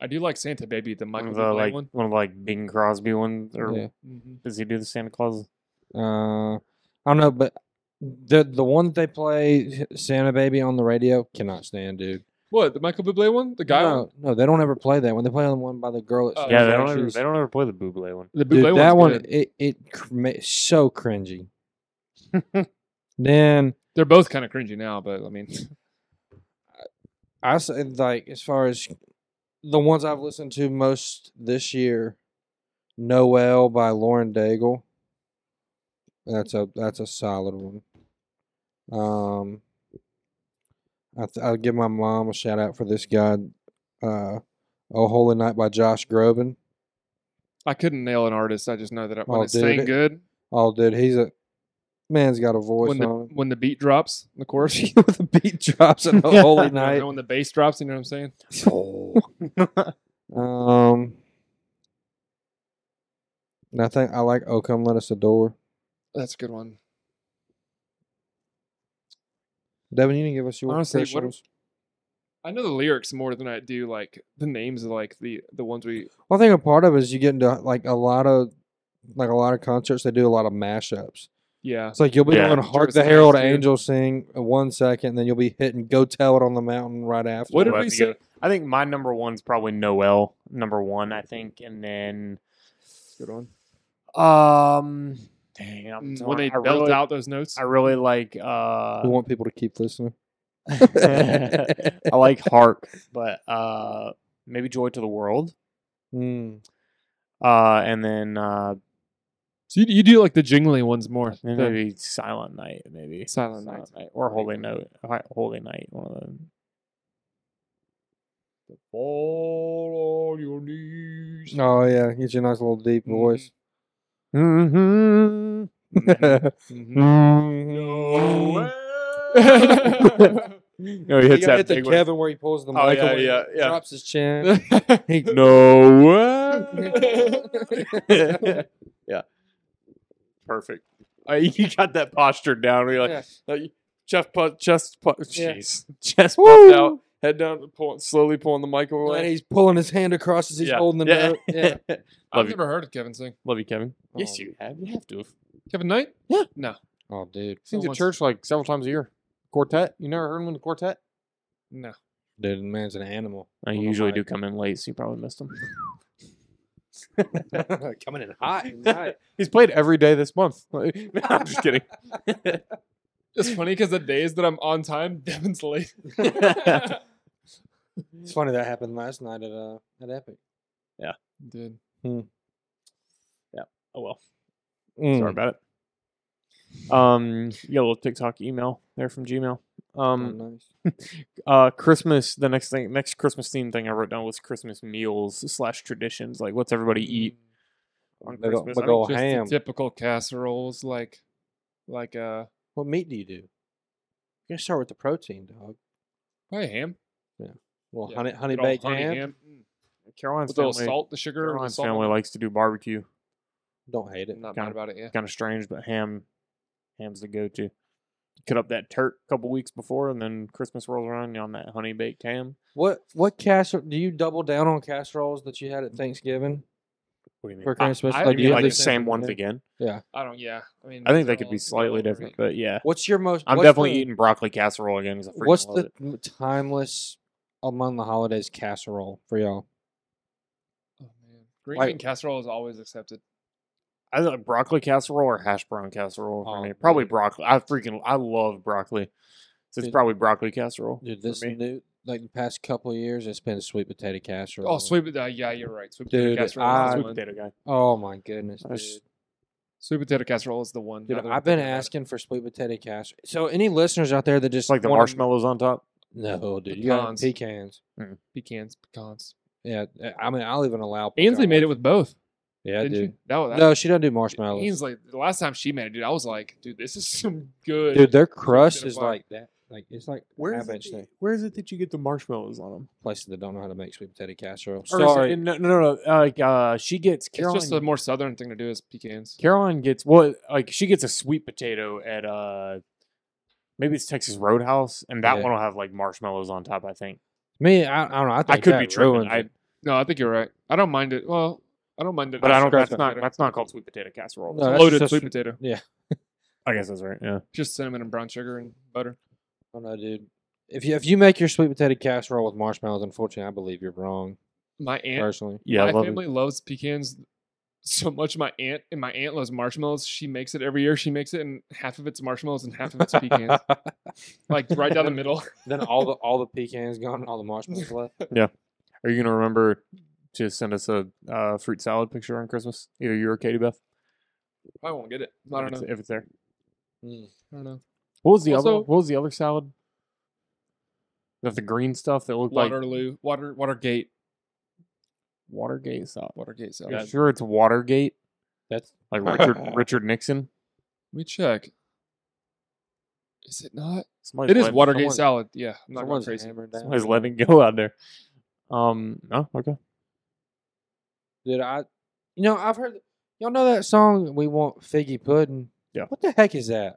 S2: I do like Santa Baby, the
S1: One
S2: Michael
S1: of the
S2: Bublé
S1: like
S2: one.
S1: one of the, like Bing Crosby ones, or
S3: Yeah.
S2: Mm-hmm.
S1: does he do the Santa Claus?
S3: Uh, I don't know, but the the one that they play Santa Baby on the radio cannot stand, dude.
S2: What the Michael Bublé one? The guy one?
S3: no, no, they don't ever play that one. They play the one by the girl. At
S2: Oh,
S1: yeah,
S3: Snow
S1: they
S2: yeah,
S1: don't,
S3: White
S1: ever,
S3: Shoes.
S1: they don't ever play the Buble one.
S2: The Bublé
S3: Dude, that one,
S2: one's good.
S3: it it cr- ma-
S1: (laughs)
S3: so cringy. then
S2: They're both kind of cringy now, but I mean, (laughs)
S3: I say like as far as the ones I've listened to most this year, Noel by Lauren Daigle. That's a that's a solid one. Um, I th- I'll give my mom a shout out for this guy. Uh, Oh Holy Night by Josh Groban.
S2: I couldn't nail an artist. I just know that when
S3: Oh,
S2: it's
S3: dude,
S2: sang
S3: it-
S2: good,
S3: Oh, dude, he's a man's got a voice
S2: when the
S3: on him. (laughs)
S2: when the beat drops, in the chorus, (laughs) you
S3: When the beat drops and Oh Holy
S2: know, (laughs)
S3: Night.
S2: when the bass drops, you know what I'm saying?
S1: Oh.
S2: (laughs)
S3: Um, and I think I like "Oh Come Let Us Adore."
S2: That's a good one.
S3: Devin, you didn't give us your
S2: Honestly, what-
S3: Christians.
S2: I know the lyrics more than I do like the names of like the the ones we.
S3: Well, I think a part of it is you get into like a lot of like a lot of concerts. They do a lot of mashups.
S2: Yeah,
S3: It's like you'll be
S1: Yeah.
S3: on "Hark
S2: Judas
S3: the Herald
S2: Priest, dude.
S3: Angels Sing" in one second, and then you'll be hitting "Go Tell It on the Mountain" right after.
S2: What did
S1: We'll have
S2: we
S1: to get
S2: say?
S1: it. I think my number one's probably Noel, number one, I think, and then
S2: good one.
S1: um, dang, I'm
S2: Mm, When
S1: torn.
S2: they
S1: I
S2: belt
S1: really,
S2: out those notes,
S1: I really like
S3: We
S1: uh,
S3: want people to
S1: (laughs)
S3: keep (laughs) listening.
S1: I like Hark, but uh, maybe Joy to the World,
S3: Mm.
S1: uh, and then uh,
S2: so you, you do like the jingly ones more.
S1: then
S2: the-
S1: maybe Silent Night, maybe
S2: Silent Night.
S1: or Holy Night, Hi- Holy Night, one of them.
S2: Fall on your knees.
S3: Oh yeah, get you a nice little deep voice.
S1: Mm-hmm. (laughs)
S2: Mhm.
S3: no.
S2: Mm-hmm.
S1: (laughs) No, he
S3: You
S1: hits that
S3: gotta hit the
S1: big one.
S3: Kevin where he pulls the mic
S1: Oh, yeah,
S3: away,
S1: yeah, yeah.
S3: drops
S1: (laughs)
S3: his chin. He-
S1: No
S3: (laughs)
S1: way. yeah. Perfect. Uh, you got that posture down. Where you're like,
S3: Yeah.
S1: like, chest pu- chest pu-
S3: Yeah.
S1: jeez, chest puffed out, head down, pull, slowly pulling the mic
S3: And
S1: away.
S3: he's pulling his hand
S1: (laughs)
S3: across as he's holding the note. Yeah.
S1: Love
S2: I've
S1: you,
S2: never heard of Kevin sing.
S1: love you, Kevin. Yes,
S3: Oh.
S1: you have. You have to. have.
S2: Kevin Knight?
S1: Yeah.
S2: No.
S1: Oh, dude.
S2: Someone
S1: Sings at
S2: wants-
S1: church like several times a year. Quartet. You never heard him in the quartet?
S2: No.
S3: Dude, the man's an animal.
S1: I
S3: on the
S1: usually do
S3: mic.
S1: come in late, so you probably missed him.
S3: (laughs) Coming in hot. tonight.
S1: (laughs) He's played every day this month. (laughs) I'm just
S3: (laughs)
S1: kidding.
S2: It's funny because the days that I'm on time, (laughs)
S1: (laughs)
S2: Devin's late.
S3: it's funny that happened last night at uh at Epic.
S2: Dude.
S1: Oh well. Sorry
S2: Hmm.
S1: about it. Um, yeah, little TikTok email there from Gmail. Um,
S3: oh, nice.
S1: uh, Christmas. The next thing, next Christmas theme thing I wrote down was Christmas meals slash traditions. Like, what's everybody
S2: Hmm.
S1: eat on
S3: Big ol-
S1: Christmas?
S3: big
S1: I mean,
S3: ol'
S2: Just
S3: ham.
S2: the typical casseroles like like uh
S3: What meat do you do? You gotta start with the protein, dog.
S2: probably ham.
S3: Well,
S2: Yeah,
S3: honey, honey
S2: Good old
S3: baked
S2: honey
S3: ham.
S2: Mm.
S1: Caroline's
S2: With a little
S1: family.
S2: salt, the sugar, and the
S1: Caroline's
S2: salt.
S1: family likes to do barbecue.
S3: Don't hate it.
S2: not
S1: Kinda-
S2: mad about it, yeah.
S1: Kind of strange, but ham, ham's the go-to. Cut up that turk a couple weeks before, and then Christmas rolls around and you're on that honey baked ham.
S3: What what casserole? Do you double down on casseroles that you had at Thanksgiving
S1: What do you mean?
S3: for Christmas?
S2: I
S1: I,
S2: Like,
S1: mean,
S2: you
S3: have
S1: like
S2: the
S1: the
S3: the
S1: same ones
S3: thing?
S1: again.
S2: I don't yeah. I mean
S1: I think they could be
S2: casseroles,
S1: slightly
S2: leftover
S1: different,
S2: meat.
S1: but yeah.
S3: What's your most?
S1: I'm
S3: what's
S1: definitely
S3: the-
S1: eating broccoli casserole again because I freaking
S3: What's
S1: love
S3: the
S1: it.
S3: m- timeless among the holidays casserole for y'all?
S2: Oh, man. Green
S3: Like-
S2: bean casserole is always accepted.
S1: I like broccoli casserole or hash brown casserole for
S2: Oh,
S1: me. Probably
S2: dude.
S1: broccoli. I freaking I love broccoli, so it's
S3: Dude.
S1: probably broccoli casserole.
S3: Dude,
S1: for
S3: this
S1: me.
S3: new like the past couple of years, it's been sweet potato casserole.
S2: Oh, sweet potato. yeah, you're right. Sweet potato
S3: Dude,
S2: casserole
S1: I'm a
S2: is
S3: I-
S2: the
S1: sweet
S2: one.
S1: potato guy.
S3: Oh my goodness,
S1: I s-
S3: dude.
S2: Sweet potato casserole is the one.
S3: Dude,
S2: now that I'm
S3: I've been
S2: thinking about it.
S3: asking for sweet potato casserole. So, any listeners out there that just
S1: It's like the
S3: wanna-
S1: marshmallows on top.
S3: No, dude, you got
S2: Pecans.
S3: pecans.
S2: pecans, pecans.
S3: Yeah, eh, I- I mean, I'll even allow.
S2: Ainsley made it
S3: pecans.
S2: with both.
S3: Yeah,
S2: didn't
S3: dude.
S2: she? That was
S3: No, she doesn't do marshmallows.
S2: Ainsley. The last time she made it, dude, I was like, dude, this is (laughs) some good.
S3: Dude, their
S2: potato
S3: crust is
S2: pie.
S3: like that. Like it's like where is it? Thing.
S1: where is it that you get the marshmallows on them?
S3: Places that don't know how to make sweet potato casserole.
S1: Or is it-
S3: Sorry,
S1: no, no, no. no, Like uh, she gets Caroline.
S2: it's just a more southern thing to do is pecans.
S1: Caroline gets well, like she gets a sweet potato at uh, maybe it's Texas Roadhouse, and that
S3: Yeah.
S1: one will have like marshmallows on top. I think
S3: me, I, I don't know. I, think
S1: I could
S3: that
S1: be tripping,
S3: ruins
S1: I-
S3: it.
S2: No, I think you're right. I don't mind it. Well, I don't mind it.
S1: but I don't.
S2: Scratch
S1: That's not.
S2: potato.
S1: That's not called sweet potato casserole.
S3: No, that's
S2: loaded
S3: just-
S2: sweet potato.
S1: I guess that's right. Yeah.
S2: Just cinnamon and brown sugar and butter.
S3: Oh no, dude. If you if you make your sweet potato casserole with marshmallows, unfortunately, I believe you're wrong.
S2: My aunt,
S3: Personally,
S1: Yeah. I
S2: my
S1: love
S2: family
S1: it.
S2: loves pecans so much. My aunt and my aunt loves marshmallows. She makes it every year. She makes it, and half of it's marshmallows and half of it's
S3: (laughs)
S2: (laughs) pecans, like right down the middle. (laughs)
S3: then all the all the pecans gone, and all the marshmallows left.
S1: Are you gonna remember to send us a uh, fruit salad picture on Christmas? Either you or Katie Beth.
S2: I won't get it. I
S1: if
S2: don't
S1: it's,
S2: know.
S1: if it's there.
S3: Mm.
S2: I don't know.
S1: What was the other?
S2: Also-
S1: What was the other salad? That the green stuff that looked like
S2: Waterloo, Water, Watergate,
S1: Watergate salad.
S2: Watergate salad.
S1: You're sure it's Watergate?
S3: That's
S2: (laughs)
S1: Like Richard Richard Nixon.
S2: Let me check. Is it not?
S1: Somebody's
S2: It is
S1: letting-
S2: Watergate
S3: someone-
S2: salad. Yeah, I'm not going
S3: someone's
S2: crazy.
S3: hammered down.
S1: Somebody's letting it go out there. Um. Oh, okay.
S3: dude. I, you know, I've heard y'all know that song. We want figgy pudding.
S1: Yeah.
S3: What the heck is that?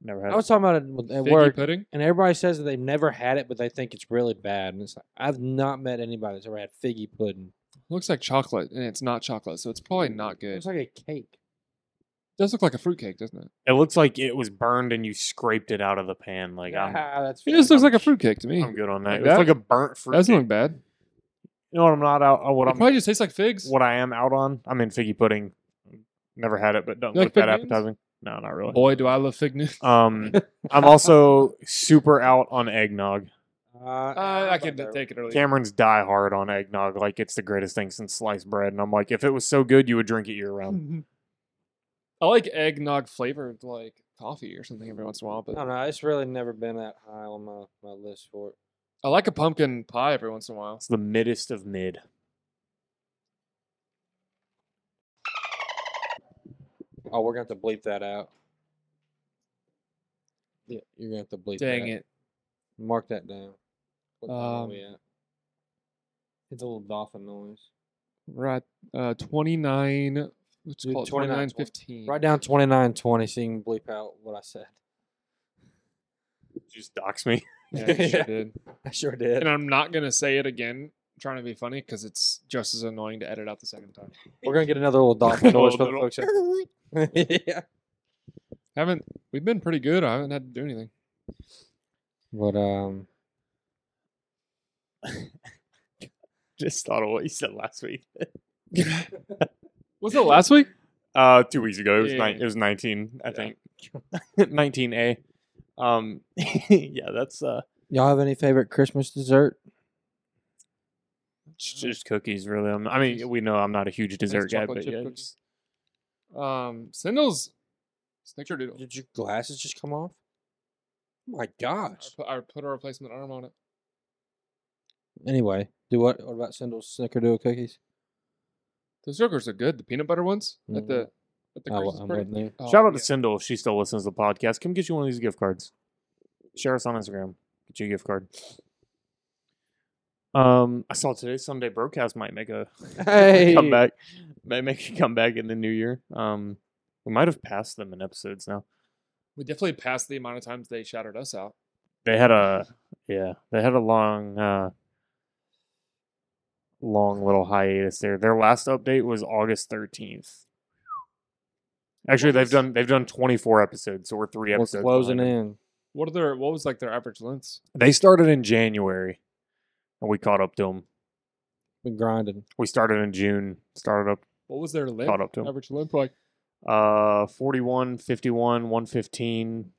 S1: Never had.
S3: I was talking about it at
S2: Figgy
S3: work.
S2: pudding.
S3: and everybody says that they've never had it, but they think it's really bad. And it's like I've not met anybody that's ever had figgy pudding.
S2: Looks like chocolate, and it's not chocolate, so it's probably not good.
S3: It's like a cake.
S2: does look like a fruitcake, doesn't it?
S1: it. it looks like it was burned and you scraped it out of the pan. Like I'm,
S3: ah, that's
S2: It
S3: fake.
S2: just looks
S1: I'm-
S2: like a fruitcake to me.
S1: I'm good on that.
S2: Like
S1: It was
S2: that?
S1: like a burnt fruit.
S2: That doesn't
S1: cake.
S2: look bad.
S1: You know what I'm not out. uh, What
S2: It
S1: I'm
S2: probably just tastes like figs.
S1: what I am out on. I'm in figgy pudding. Never had it, but don't
S2: You like
S1: look that
S2: fig newtons?
S1: appetizing. No, not really.
S2: Boy, do I love fig news. (laughs)
S1: Um, I'm also super out on eggnog.
S3: Uh,
S2: Uh, I could take it earlier.
S1: Cameron's die hard on eggnog, like it's the greatest thing since sliced bread. And I'm like, if it was so good, you would drink it year
S2: Hmm.
S1: round.
S2: (laughs) I like eggnog flavored like coffee or something every once in a while,
S3: I
S2: but
S3: don't know. It's really never been that high on my, my list for it.
S2: I like a pumpkin pie every once in a while.
S1: It's the middest of mid.
S3: Oh, we're gonna have to bleep that out. Yeah, you're gonna have to bleep.
S2: Dang
S3: that.
S2: it.
S3: Mark that down. What time are
S2: Um,
S3: we at? It's a little dolphin noise.
S2: We're at uh, 29. Let's
S3: Dude,
S2: call it
S3: 29,
S2: 29.15.
S3: Write down twenty nine twenty, so you can bleep out what I said. (laughs)
S1: Just dox me.
S2: Yeah, you sure
S3: Yeah.
S2: did.
S3: I sure did.
S2: And I'm not going to say it again trying to be funny because it's just as annoying to edit out the second time.
S3: We're gonna get another little dolphin
S2: Little-
S3: noise for the
S2: little-
S3: folks. (laughs) at- yeah.
S2: Haven't we've been pretty good? I haven't had to do anything.
S3: But um,
S1: (laughs) Just thought of what you said last
S2: (laughs)
S1: week.
S2: Was it last week?
S1: Uh, two weeks ago. It was
S2: Yeah.
S1: nine. It was nineteen, I
S2: Yeah.
S1: think. (laughs) Nineteen A. Um, (laughs) yeah, that's uh,
S3: y'all have any favorite Christmas dessert?
S1: j- just cookies. Really, I'm, I mean, we know I'm not a huge dessert guy,
S2: chocolate
S1: but
S2: chip
S1: yeah,
S2: cookie.
S1: just-
S2: Um, Sindel's Snickerdoodle.
S3: Did your glasses just come off? Oh my gosh.
S2: I put, I put a replacement arm on it.
S3: Anyway, do what? What about Sindel's Snickerdoodle cookies?
S2: The circles are good. The peanut butter ones at
S3: Mhm.
S2: the
S1: Mm-hmm.
S2: at the
S3: I,
S2: Christmas
S3: am
S2: party.
S3: waiting there.
S2: Oh,
S1: Shout out
S2: yeah.
S1: to Sindel if she still listens to the podcast. Come get you one of these gift cards. Share us on Instagram. Get you a gift card. Um, I saw today Sunday broadcast might make a (laughs)
S3: Hey.
S1: comeback. Might make a comeback in the new year. Um, we might have passed them in episodes now.
S2: We definitely passed the amount of times they shouted us out.
S1: They had a yeah, they had a long uh long little hiatus there. Their last update was August 13th. Actually, they've done they've done 24 episodes, so we're 3
S3: We're
S1: episodes
S3: closing
S1: behind them.
S3: in.
S2: What are their what was like their average lengths?
S1: They started in January, and we caught up to them.
S3: Been grinding.
S1: We started in June, started up
S2: What was their length?
S1: Caught up to 'em.
S2: average length like
S1: uh 41, 51, 115,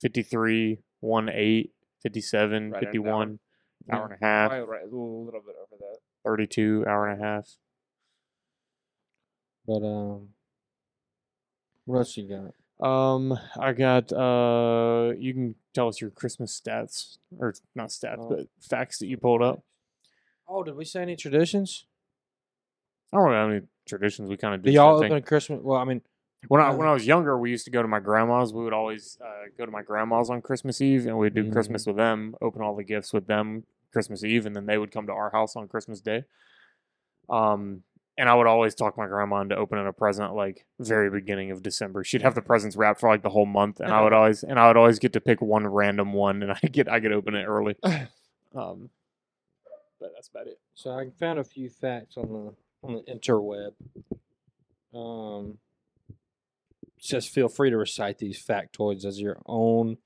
S1: 53, 18, 57,
S2: Right at an hour.
S1: 51, hour and a half,
S2: probably right, a little little bit over that.
S1: 32, hour and a half.
S3: But um, what else you got?
S1: Um, I got uh, you can tell us your Christmas stats or not stats,
S3: Oh.
S1: but facts that you pulled up.
S3: Oh, did we say any traditions?
S1: I don't know how many traditions we kind of
S3: Do
S1: do.
S3: y'all open a Christmas? Well, I mean,
S1: When I
S3: Uh,
S1: when I was younger, we used to go to my grandma's. We would always uh, go to my grandma's on Christmas Eve, and we'd do Christmas with them, open all the gifts with them Christmas Eve, and then they would come to our house on Christmas Day. Um, and I would always talk my grandma into opening a present like very beginning of December. She'd have the presents wrapped for like the whole month, and I (laughs) would always and I would always get to pick one random one, and (laughs) I get I could open it early. Um, but that's about it.
S3: so I found a few facts on the on the interweb. Um, it says feel free to recite these factoids as your own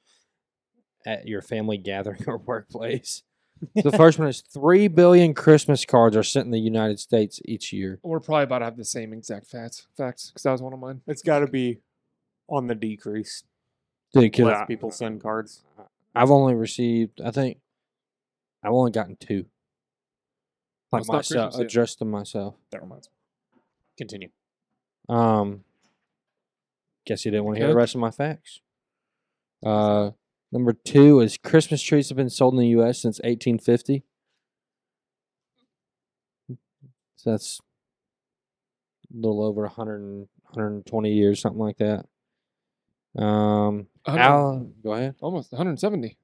S3: at your family gathering or (laughs) workplace. the first one is three billion Christmas cards are sent in the United States each year.
S2: We're probably about to have the same exact facts facts because that was one of mine.
S1: It's got to be on the decrease.
S3: Dude, 'cause
S1: Less people send cards.
S3: I've only received, I think, I've only gotten two. Like
S2: It's not
S3: myself,
S2: Christmas yet.
S3: addressed to myself.
S1: That reminds me. Continue.
S3: Um, guess you didn't want to hear
S2: Okay.
S3: the rest of my facts. Uh, number two is Christmas trees have been sold in the U.S. since 1850. So that's a little over 100, and- 120 years, something like that. Um, Al- go ahead.
S2: almost 170.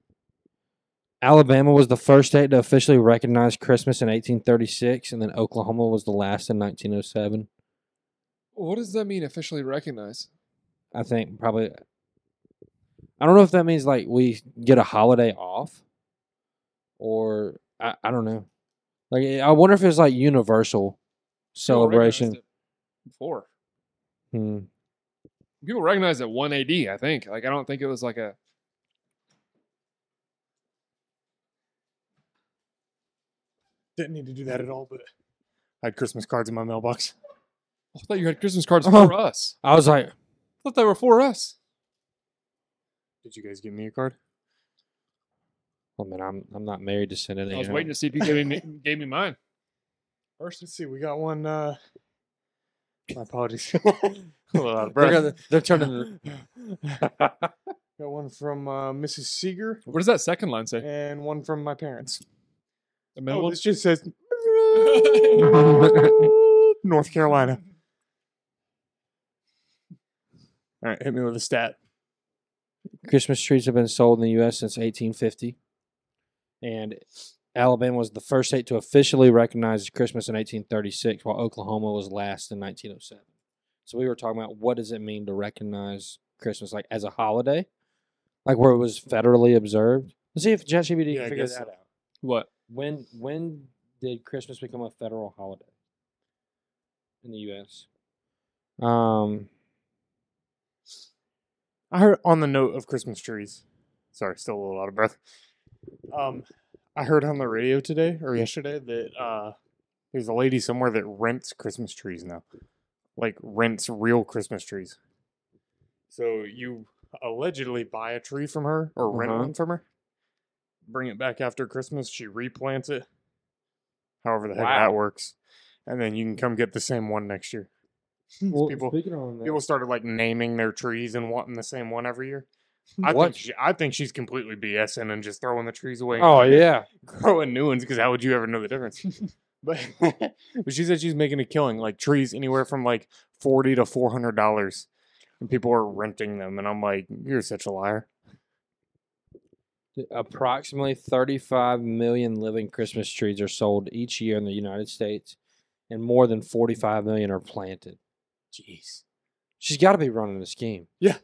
S3: Alabama was the first state to officially recognize Christmas in 1836, and then Oklahoma was the last in 1907.
S2: What does that mean? Officially recognized?
S3: I think probably. I don't know if that means like we get a holiday off, or I, I don't know. Like I wonder if it's like universal
S2: People recognized
S3: celebration.
S2: it Before
S3: Hmm.
S2: people recognized it 1 AD, I think. Like I don't think it was like a.
S1: Didn't need to do that at all, but I had Christmas cards in my mailbox.
S2: I thought you had Christmas cards
S3: Oh.
S2: for us.
S3: I was like,
S2: I thought they were for us.
S1: Did you guys give me a card?
S3: oh man, I'm I'm not married to Senator.
S2: I was waiting to see if you gave me gave me mine.
S1: First, let's see. We got one. Uh... My (laughs) apologies.
S3: They're, gonna, they're turning.
S1: (laughs) got one from uh, Mrs. Seeger
S2: What does that second line say?
S1: and one from my parents.
S2: The middle
S1: oh,
S2: one.
S1: this just says (laughs) North (laughs) Carolina. All right, hit me with a stat.
S3: Christmas trees have been sold in the U.S. since 1850, and Alabama was the first state to officially recognize Christmas in 1836, while Oklahoma was last in 1907. So we were talking about what does it mean to recognize Christmas like as a holiday, like where it was federally observed. Let's see if ChatGPT
S1: Yeah, I
S3: can figure
S1: guess
S3: that
S1: so.
S3: out.
S2: What?
S3: When when did Christmas become a federal holiday in the U.S.? Um,
S1: I heard on the note of Christmas trees. Sorry, still a little out of breath. Um, I heard on the radio today or yesterday that uh, there's a lady somewhere that rents Christmas trees now, like rents real Christmas trees. So you allegedly buy a tree from her or rent
S3: Uh-huh.
S1: one from her, bring it back after Christmas. She replants it, however the heck
S2: Wow.
S1: that works, and then you can come get the same one next year.
S3: well,
S1: people-
S3: speaking on that,
S1: People started like naming their trees and wanting the same one every year. I
S3: What?
S1: think she, I think she's completely BSing and just throwing the trees away. and
S2: Oh yeah.
S1: (laughs) growing new ones because how would you ever know the difference? but (laughs) but she said she's making a killing, like trees anywhere from like forty to four hundred dollars, and people are renting them. And I'm like, you're such a liar.
S3: approximately 35 million living Christmas trees are sold each year in the United States, and more than 45 million are planted.
S1: Jeez,
S3: She's got to be running a scheme.
S1: Yeah.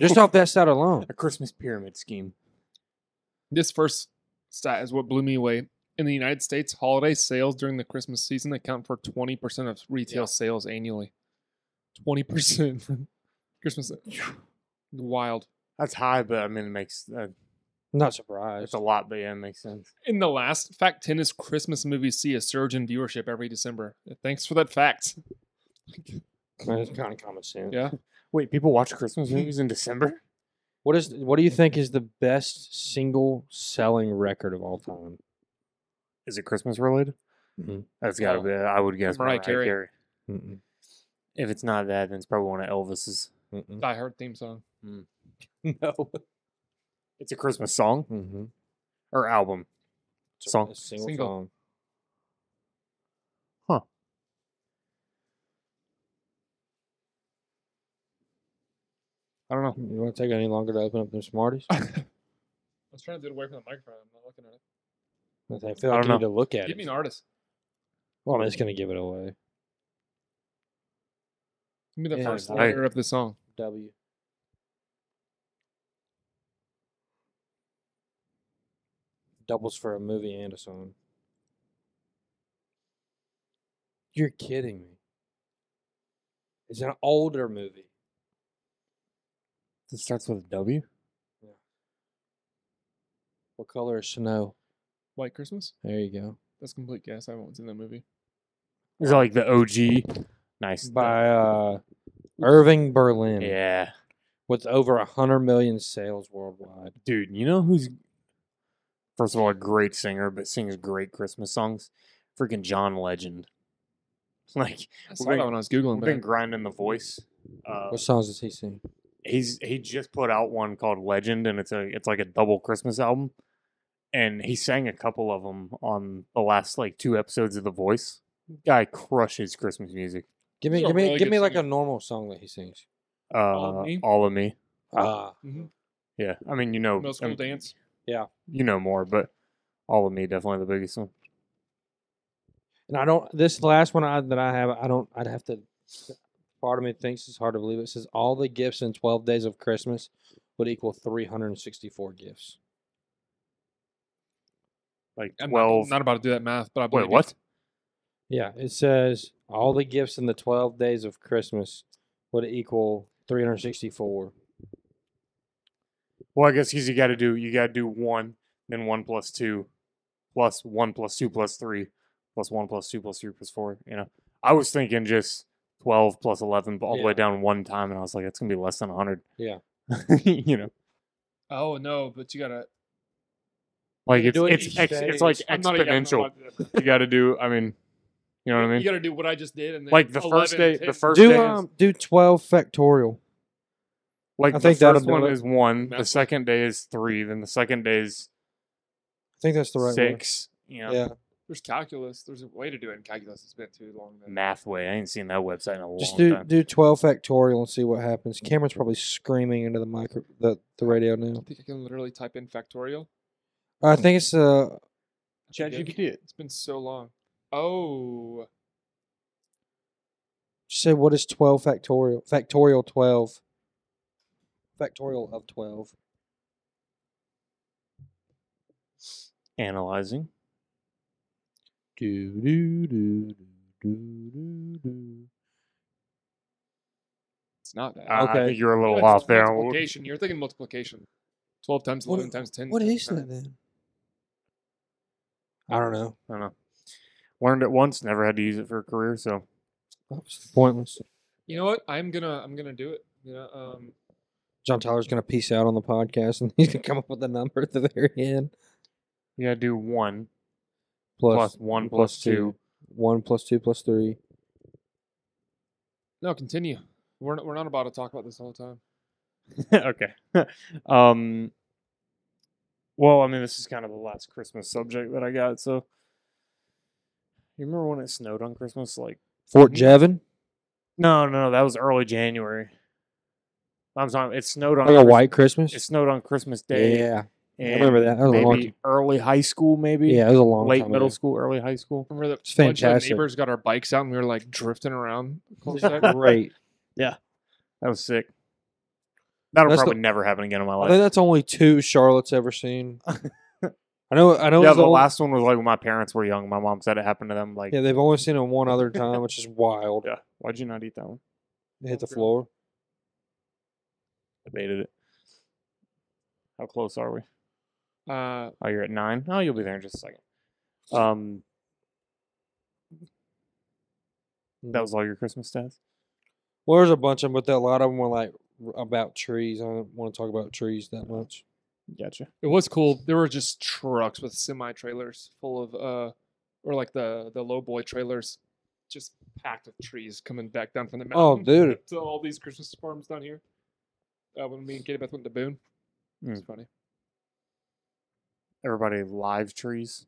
S3: Just off that stat alone.
S1: a Christmas pyramid scheme.
S2: This first stat is what blew me away. In the United States, holiday sales during the Christmas season account for 20% of retail
S1: Yeah.
S2: sales annually. 20% for (laughs) Christmas. Wild.
S1: That's high, but I mean, it makes uh,
S3: I'm not surprised.
S1: it's a lot, but yeah, it makes sense.
S2: In the last fact, 10 is Christmas movies see a surge in viewership every December. Thanks for that fact.
S3: That's kind of common sense.
S2: Yeah.
S1: Wait, people watch Christmas movies in December?
S3: What is? What do you think is the best single selling record of all time?
S1: Is it Christmas related?
S3: Mhm.
S1: That's gotta
S2: Oh.
S1: be. I would guess
S2: Mariah
S1: Mariah,
S2: Carey.
S1: Carey.
S3: Mm-mm,
S1: If it's not that, then it's probably one of Elvis's.
S3: mm-mm,
S2: Die Hard theme song.
S1: (laughs) No, it's a Christmas song
S3: mm-mm.
S1: or album.
S3: It's a-
S1: Song.
S3: a single,
S2: Single.
S3: song.
S2: I don't know.
S3: You want to take any longer to open up them
S2: (laughs)
S3: Smarties?
S2: (laughs) I was trying to do it away from the microphone. I'm not looking at it.
S3: I think- I feel
S1: I
S3: like
S1: don't
S3: you need to look at
S2: Give me
S3: it.
S2: an artist.
S3: Well, I'm just gonna give it away.
S2: Give me the
S3: Yeah,
S2: first
S1: right.
S2: letter of the song.
S3: W. Doubles for a movie and a song. You're kidding me. It's an older movie.
S1: It starts with a W.
S3: What color is snow?
S2: White Christmas?
S3: There you go.
S2: That's a complete guess. I haven't seen that movie.
S1: Is it like the OG? Nice.
S3: By uh, Irving Berlin.
S1: yeah.
S3: With over a 100 million sales worldwide.
S1: Dude, you know who's, first of all, a great singer, but sings great Christmas songs? Freaking John Legend. (laughs) Like,
S2: I saw
S1: been-
S2: that when I was Googling.
S1: we've
S2: But I-
S1: been grinding the voice. Uh,
S3: What songs does he sing?
S1: he's he just put out one called Legend, and it's a it's like a double Christmas album, and he sang a couple of them on the last like two episodes of The Voice. Guy crushes Christmas music.
S3: Give me,
S2: He's a
S3: give me,
S2: really
S3: give
S2: good
S3: me like
S2: singer.
S3: a normal song that he sings.
S1: Uh,
S2: All of Me?
S1: all of me.
S3: Ah,
S2: Mhm.
S1: Yeah, I mean you know
S2: Middle school
S1: um,
S2: dance.
S1: you know more, but all of me definitely the biggest one.
S3: And I don't. This last one I, that I have, I don't. I'd have to. Part of me thinks it's hard to believe. It says all the gifts in twelve days of Christmas would equal three hundred and sixty-four gifts.
S1: Like
S2: I'm not-
S1: twelve.
S2: Not, about to do that math, but I believe
S1: wait,
S2: you.
S1: what?
S3: Yeah, it says all the gifts in the twelve days of Christmas would equal three hundred sixty-four.
S1: Well, I guess because you got to do you got to do one, then one plus two, plus one plus two plus three, plus one plus two plus three plus four. You know, I was thinking just twelve plus eleven, but all the way
S3: Yeah.
S1: down one time, and I was like, that's gonna be less than hundred. (laughs)
S3: Yeah.
S1: you know,
S2: Oh no, but you gotta.
S1: like it's
S3: do it
S1: it's
S3: each
S1: ex-
S3: day.
S1: it's like
S2: I'm not- yeah, I'm not
S1: exponential.
S2: about to do that.
S1: you got to do. I mean, you know what I
S2: You
S1: mean.
S2: gotta do what I just did, and then
S1: Like the first
S2: 11,
S1: day-
S2: 10,
S1: the first
S3: Do
S1: day is-
S3: um do twelve factorial.
S1: Like
S3: I
S1: the
S3: think that'll
S1: first
S3: do
S1: one
S3: it.
S1: is one,
S2: Math
S1: the
S2: one.
S1: second day is three, then the second day is
S3: I think that's the right
S1: six. You know,
S3: one. Yeah,
S2: There's calculus. There's a way to do it in calculus. It's been too long. Then.
S1: math way. I ain't seen that website in a
S3: just
S1: long
S3: do
S1: time.
S3: do twelve factorial and see what happens. Cameron's probably screaming into the micro the, the radio
S2: I
S3: now.
S2: think I can literally type in factorial.
S3: I think it's uh
S2: ChatGPT
S1: it.
S2: It's been so long. Oh,
S3: So what is 12 factorial? Factorial 12. Factorial of 12.
S1: Analyzing.
S3: Do, do, do, do, do, do.
S2: It's not that. (laughs)
S1: I, I
S3: Okay.
S1: think you're a
S2: You're
S1: little
S2: like
S1: off there.
S2: Multiplication. You're thinking multiplication. Twelve times
S3: What-
S2: eleven times ten.
S3: What
S2: times
S3: is that
S2: 9.
S3: then? I don't know.
S1: I don't know. Learned it once, never had to use it for a career, so
S3: That was pointless.
S2: You know what? I'm gonna I'm gonna do it. You know, um,
S3: John Tyler's gonna peace out on the podcast, and (laughs) he's gonna come up with a number at the very end.
S1: you gotta do one
S3: Plus,
S1: plus one plus two. (laughs)
S3: one plus two plus three.
S2: no, continue. We're not, we're not about to talk about this all the time.
S1: okay. (laughs) um. Well, I mean, this is kind of the last Christmas subject that I got. So, you remember when it snowed on Christmas? Like,
S3: Fort
S2: Mhm.
S3: Jevin,
S1: no, no, that was early January. I'm sorry, it snowed on
S3: like a
S1: Christ-
S3: white Christmas.
S1: It snowed on Christmas Day.
S3: yeah, I
S1: and
S3: remember that. That was a
S1: maybe
S3: long. Time.
S1: early high school, maybe.
S3: Yeah, it was a long
S1: late
S3: time
S1: middle
S3: ago.
S1: school, early high school.
S2: Remember that
S3: It's
S2: bunch of
S3: fantastic.
S2: neighbors got our bikes out and we were like
S1: (laughs)
S2: drifting around.
S3: It was Great.
S1: That was sick. That'll
S3: That's the-
S1: probably never happen again in my
S3: I think
S1: life.
S3: that's only two Charlotte's
S1: (laughs)
S3: ever seen. I know. I know. it
S1: Yeah,
S3: was
S1: the
S3: only-
S1: last one was like when my parents were young. My mom said it happened to them. Like,
S3: (laughs) Yeah, they've only seen it one other time, which is wild.
S1: yeah, why'd you not eat that one?
S3: It hit the
S2: Okay.
S3: floor.
S1: Debated it. How close are we?
S2: Uh,
S1: Oh, you're at nine. Oh, you'll be there in just a second. Um,
S3: Mm-hmm.
S1: that was all your Christmas stats.
S3: Well, there's a bunch of them, but that- a lot of them were like r- about trees. I don't want to talk about trees that much.
S1: Gotcha.
S2: it was cool. There were just trucks with semi trailers full of uh, or like the the low boy trailers, just packed with trees coming back down from the
S3: Oh,
S2: mountain. (laughs)
S3: dude.
S2: to all these Christmas farms down here. Uh, when me and Katie Beth went to Boone, it's
S3: Hmm.
S2: funny.
S1: Everybody live trees.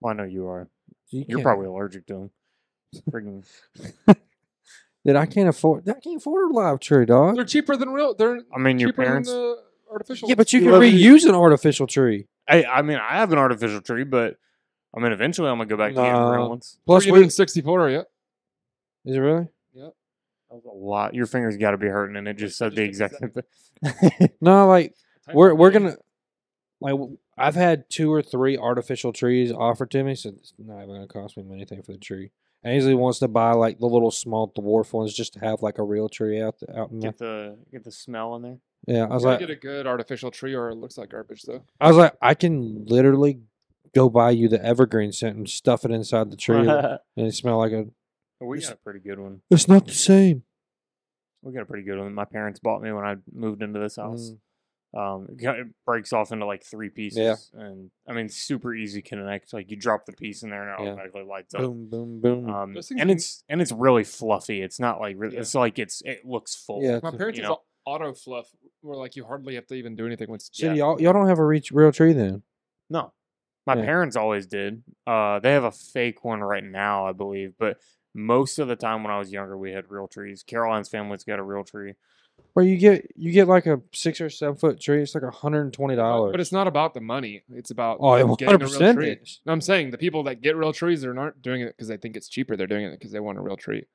S1: Well, I know you are.
S3: You
S1: You're
S3: can't-
S1: probably allergic to them. Freaking
S3: that I can't afford. I can't afford a live tree, dog.
S2: They're cheaper than real. They're
S1: I mean, your
S2: cheaper
S1: parents.
S2: than the artificial.
S3: Yeah, but you can
S1: Love you.
S3: reuse an artificial tree.
S1: Hey, I mean, I have an artificial tree, but I mean, eventually I'm gonna go back to getting
S3: Nah.
S1: real ones.
S3: Plus, we
S2: we
S3: is
S2: sixty four. Yeah,
S3: it really?
S2: yeah.
S1: That was a lot. Your fingers got to be hurting, and it just
S2: I
S1: said the
S2: just
S1: exact same
S2: did
S3: (laughs)
S1: thing. (laughs)
S3: No, like
S2: Type
S3: we're
S2: of
S3: we're
S2: thing.
S3: gonna like w- I've had two or three artificial trees offered to me, so it's not even gonna cost me anything for the tree. Ainsley wants to buy like the little small dwarf ones just to have like a real tree out the, out in the,
S1: get the get the smell in there. (laughs)
S3: yeah. I was
S2: Gotta
S3: like,
S2: get a good artificial tree, or it looks like garbage though.
S3: I was like, I can literally go buy you the evergreen scent and stuff it inside
S2: (laughs)
S3: the tree, and it smell like a.
S1: we
S3: It's-
S1: got a pretty good one.
S3: It's not the same.
S1: We got a pretty good one. My parents bought me when I moved into this house.
S3: Mm.
S1: Um, it got- it breaks off into like three pieces,
S3: Yeah.
S1: and I mean, super easy connect. Like you drop the piece in there, and it
S3: Yeah.
S1: automatically lights up.
S3: Mm, Boom, boom, boom.
S1: Um,
S2: Those things
S1: and
S2: can-
S1: it's and it's really fluffy. It's not like really,
S2: Yeah.
S1: it's like it's it looks full.
S3: yeah,
S2: My
S3: it's a-
S2: parents
S1: you
S2: is
S1: know.
S2: au- auto fluff, where like you hardly have to even do anything once.
S3: So y'all y'all don't have a reach, real tree then.
S1: No. My
S3: Yeah.
S1: parents always did. Uh, they have a fake one right now, I believe. But most of the time when I was younger, we had real trees. Caroline's family's got a real tree.
S3: Where you get you get like a six or seven foot tree, it's like a hundred and twenty
S2: But,
S3: dollars.
S2: but it's not about the money. It's about
S3: oh,
S2: them
S3: one
S2: getting a
S3: hundred
S2: real
S3: percent.
S2: tree. No, I'm saying the people that get real trees, they're not doing it because they think it's cheaper. They're doing it because they want a real tree.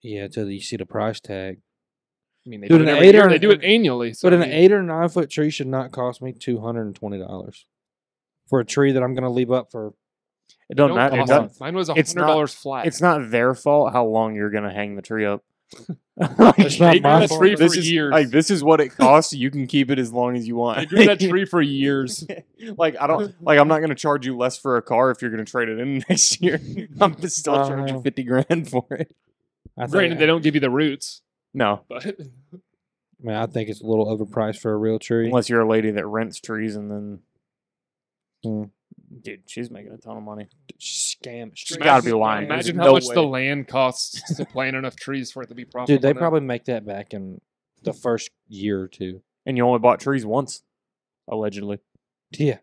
S3: Yeah, until you see the price tag.
S2: I mean, they
S3: Dude,
S2: do it
S3: an
S2: every
S3: eight
S2: year.
S3: or
S2: They
S3: an-
S2: do
S3: (laughs)
S2: it annually. So
S3: but an
S2: I mean,
S3: eight or nine foot tree should not cost me two hundred and twenty dollars for a tree that I'm going to leave up for.
S1: It
S2: they
S1: doesn't
S2: don't
S1: matter. It
S2: cost
S1: doesn't,
S2: them. Mine was hundred
S1: it's not-
S2: dollars flat.
S1: it's not their fault how long you're gonna hang the tree up. (laughs)
S3: It's not
S2: they
S3: my
S2: grew that
S3: fault.
S2: tree for
S1: this is
S2: years.
S1: like this is what it costs. You can keep it as long as you want.
S2: They
S3: (laughs)
S2: grew that tree for years.
S1: (laughs) like I
S2: (laughs)
S1: don't like I'm not gonna charge you less for a car if you're gonna trade it in (laughs) next year. I'm just still charging
S3: Wow.
S1: fifty grand for it.
S3: (laughs) I think,
S2: Granted, they don't give you the roots,
S1: No, (laughs)
S2: but
S3: I mean, I think it's a little overpriced for a real tree.
S1: Unless you're a lady that rents trees and then,
S3: Mm.
S1: dude, she's making a ton of money.
S3: Scam.
S1: She's gotta be
S2: Imagine-
S1: lying. There's
S2: Imagine how
S1: no
S2: much the
S1: way.
S3: (laughs)
S2: land costs to plant enough trees for it to be profitable.
S3: Dude, they
S2: now.
S3: probably make that back in the first year or two.
S1: And you only bought trees once, allegedly. (laughs)
S3: Yeah.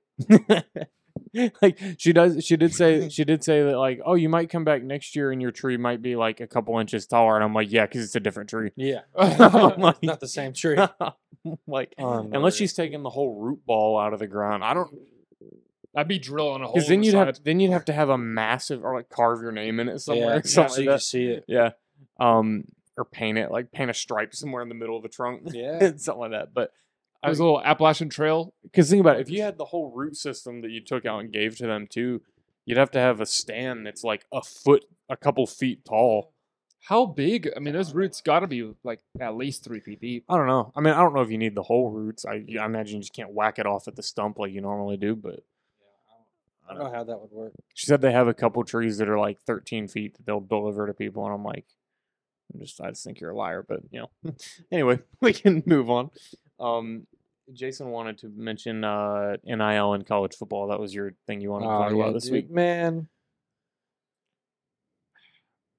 S1: like she does, she did
S3: (laughs)
S1: say she did say that like, oh, you might come back next year and your tree might be like a couple inches taller. And I'm like, yeah, because it's a different tree. (laughs)
S3: Yeah.
S1: I'm like,
S3: (laughs) Not the same tree.
S1: like
S3: Unreal.
S1: unless she's taking the whole root ball out of the ground, I don't.
S2: I'd be drilling a hole.
S1: Because
S2: in
S1: then
S2: the
S1: you'd
S2: side.
S1: have then you'd have to have a massive or like carve your name in it (laughs) somewhere.
S3: (laughs) yeah,
S1: or something
S3: so
S1: like
S3: you
S1: that.
S3: can see
S1: (laughs)
S3: it.
S1: Yeah. Um, or paint it like paint a stripe somewhere in the middle of the trunk, (laughs)
S3: Yeah.
S1: something like that. But
S2: There's a little Appalachian Trail.
S1: because think about it, if you had the whole root system that you took out and gave to them too, You'd have to have a stand that's like a foot, a couple feet tall.
S2: How big? I mean, those roots got to be like at least three feet deep.
S1: I don't know. I mean, I don't know if you need the whole roots. I, I imagine you just can't whack it off at the stump like you normally do. But
S3: I don't know how that would work.
S1: she said they have a couple trees that are like 13 feet that they'll deliver to people, and I'm like, I'm just I just think you're a liar. But you know, (laughs) anyway, we can move on. Um, Jason wanted to mention uh, NIL in college football. That was your thing you wanted to
S3: Oh,
S1: talk
S3: yeah,
S1: about this
S3: dude.
S1: week.
S3: man.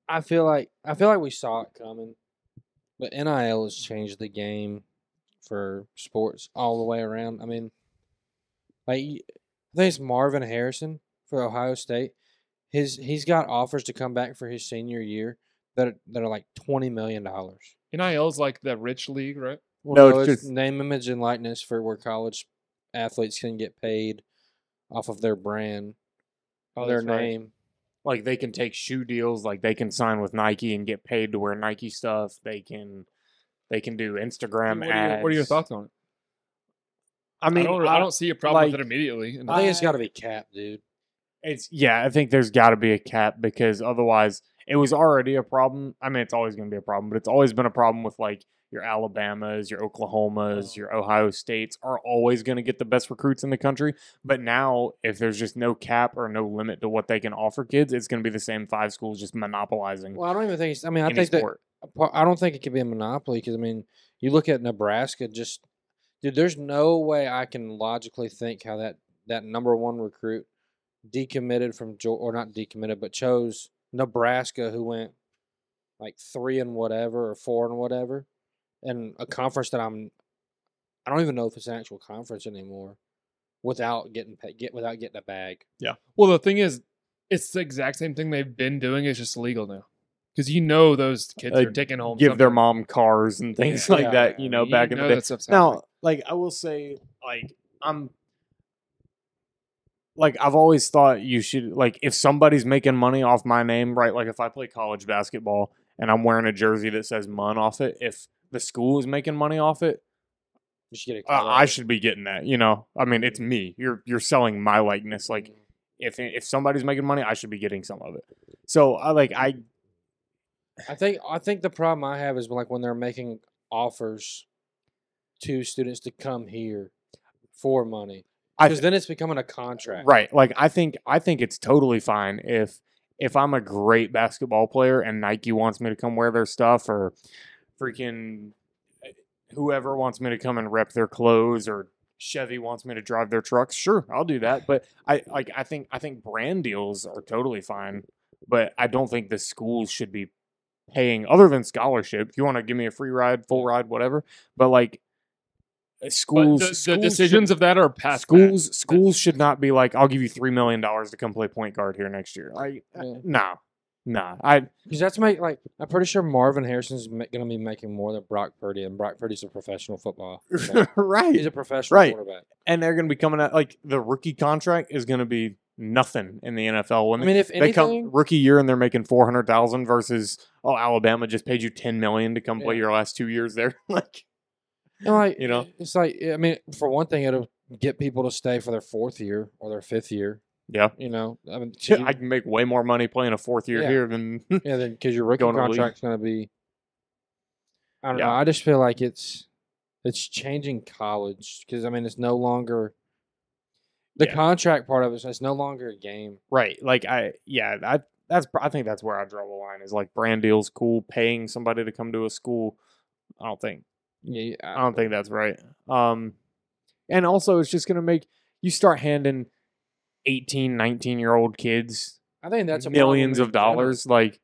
S3: I feel like I feel like we saw it coming, but NIL has changed the game for sports all the way around. I mean, like y- I think it's Marvin Harrison for Ohio State. His he's got offers to come back for his senior year that are, that are like twenty million dollars.
S2: NIL's like the rich league, right?
S3: Well,
S1: No,
S3: no,
S1: it's
S3: it's,
S1: just-
S3: name, image, and likeness for where college athletes can get paid off of their brand,
S2: Oh,
S3: their
S2: that's right.
S3: name.
S1: like they can take shoe deals like they can sign with nike and get paid to wear nike stuff they can they can do
S2: I
S1: instagram
S2: mean, what, are
S1: ads
S2: your, what are your thoughts on it?
S1: i
S2: I,
S1: mean
S2: don't, I don't see a problem with
S1: like-
S2: it immediately. And
S3: I think it's got to be capped, dude.
S1: it's yeah i think there's got to be a cap because otherwise it was already a problem i mean it's always going to be a problem but it's always been a problem with like your alabamas your
S2: Uh-huh.
S1: oklahomas your ohio states are always going to get the best recruits in the country but now if there's just no cap or no limit to what they can offer kids it's going to be the same five schools just monopolizing
S3: Well, I don't even think. It's, I mean, I
S1: any
S3: think that
S1: sport
S3: par- I don't think it could be a monopoly because I mean, you look at Nebraska. Just dude, there's no way I can logically think how that that number one recruit decommitted from Geor- or not decommitted, but chose Nebraska, who went like three and whatever or four and whatever, and a conference that I'm I don't even know if it's an actual conference anymore. Without getting pa- get without getting a bag,
S2: Yeah. Well, the thing is, it's the exact same thing they've been doing. It's just legal now because you know those kids
S1: Uh,
S2: are taking home.
S1: give their
S2: something.
S1: mom cars and things
S2: Yeah.
S1: like
S3: Yeah,
S1: that,
S3: yeah,
S1: you
S2: I
S1: know,
S2: mean,
S1: back in
S2: know
S1: the day.
S2: that stuff's happening.
S1: Now, like I will say, like I'm like I've always thought you should like if somebody's making money off my name, right? Like if I play college basketball and I'm wearing a jersey that says Mun off it, if the school is making money off it,
S3: you should get a
S2: Uh-huh.
S1: uh,
S3: cut
S1: I
S3: off.
S1: should be getting that, you know. I mean, it's me. You're you're selling my likeness like
S2: Mm-hmm.
S1: if if somebody's making money, I should be getting some of it. So, I like I
S3: I think I think the problem I have is like when they're making offers to students to come here for money,
S1: I
S3: because then it's becoming a contract.
S1: Right. Like I think I think it's totally fine if if I'm a great basketball player and Nike wants me to come wear their stuff or freaking eh, whoever wants me to come and rep their clothes or Chevy wants me to drive their trucks, sure, I'll do that. But I like I think I think brand deals are totally fine, but I don't think the schools should be paying other than scholarship. You want to give me a free ride, full ride, whatever, but like eh,
S2: But
S1: schools
S2: the,
S1: schools
S2: the
S1: should-
S2: decisions of that are past. that.
S1: schools schools should not be like, I'll give you three million dollars to come play point guard here next year. Like, uh,
S3: Yeah.
S1: (laughs) nah, nah.
S3: (laughs)
S1: I
S3: Because that's make like I'm pretty sure Marvin Harrison's ma- going to be making more than Brock Purdy, and Brock Purdy's a professional
S1: (laughs)
S3: football. player. He's
S1: right,
S3: a professional
S1: Right.
S3: quarterback.
S1: and they're gonna be coming out like the rookie contract is gonna be nothing in the NFL when
S3: I mean, if
S1: they
S3: anything,
S1: come rookie year and they're making four hundred thousand versus oh Alabama just paid you ten million to come play
S3: Yeah.
S1: your last two years there. (laughs) like,
S3: and like
S1: you know?
S3: it's like I mean, for one thing, it'll get people to stay for their fourth year or their fifth year.
S1: yeah,
S3: You know, I mean, 'cause you-
S1: I can make way more money playing a fourth year
S3: Yeah.
S1: here than
S3: Yeah, then because your rookie
S1: Going to the league.
S3: contract's going to be. I don't know.
S1: Yeah.
S3: I just feel like it's it's changing college because I mean it's no longer the
S1: Yeah.
S3: contract part of it. so It's no longer a game.
S1: Right. Like I yeah, I that's pr- I think that's where I draw the line is like brand deals cool, paying somebody to come to a school. I don't think
S3: Yeah, you-
S1: I
S3: I-
S1: don't think that's right. Um and also it's just going to make you start handing 18, 19-year-old kids
S3: I think that's a problem
S1: millions
S3: in
S1: of
S3: general.
S1: dollars like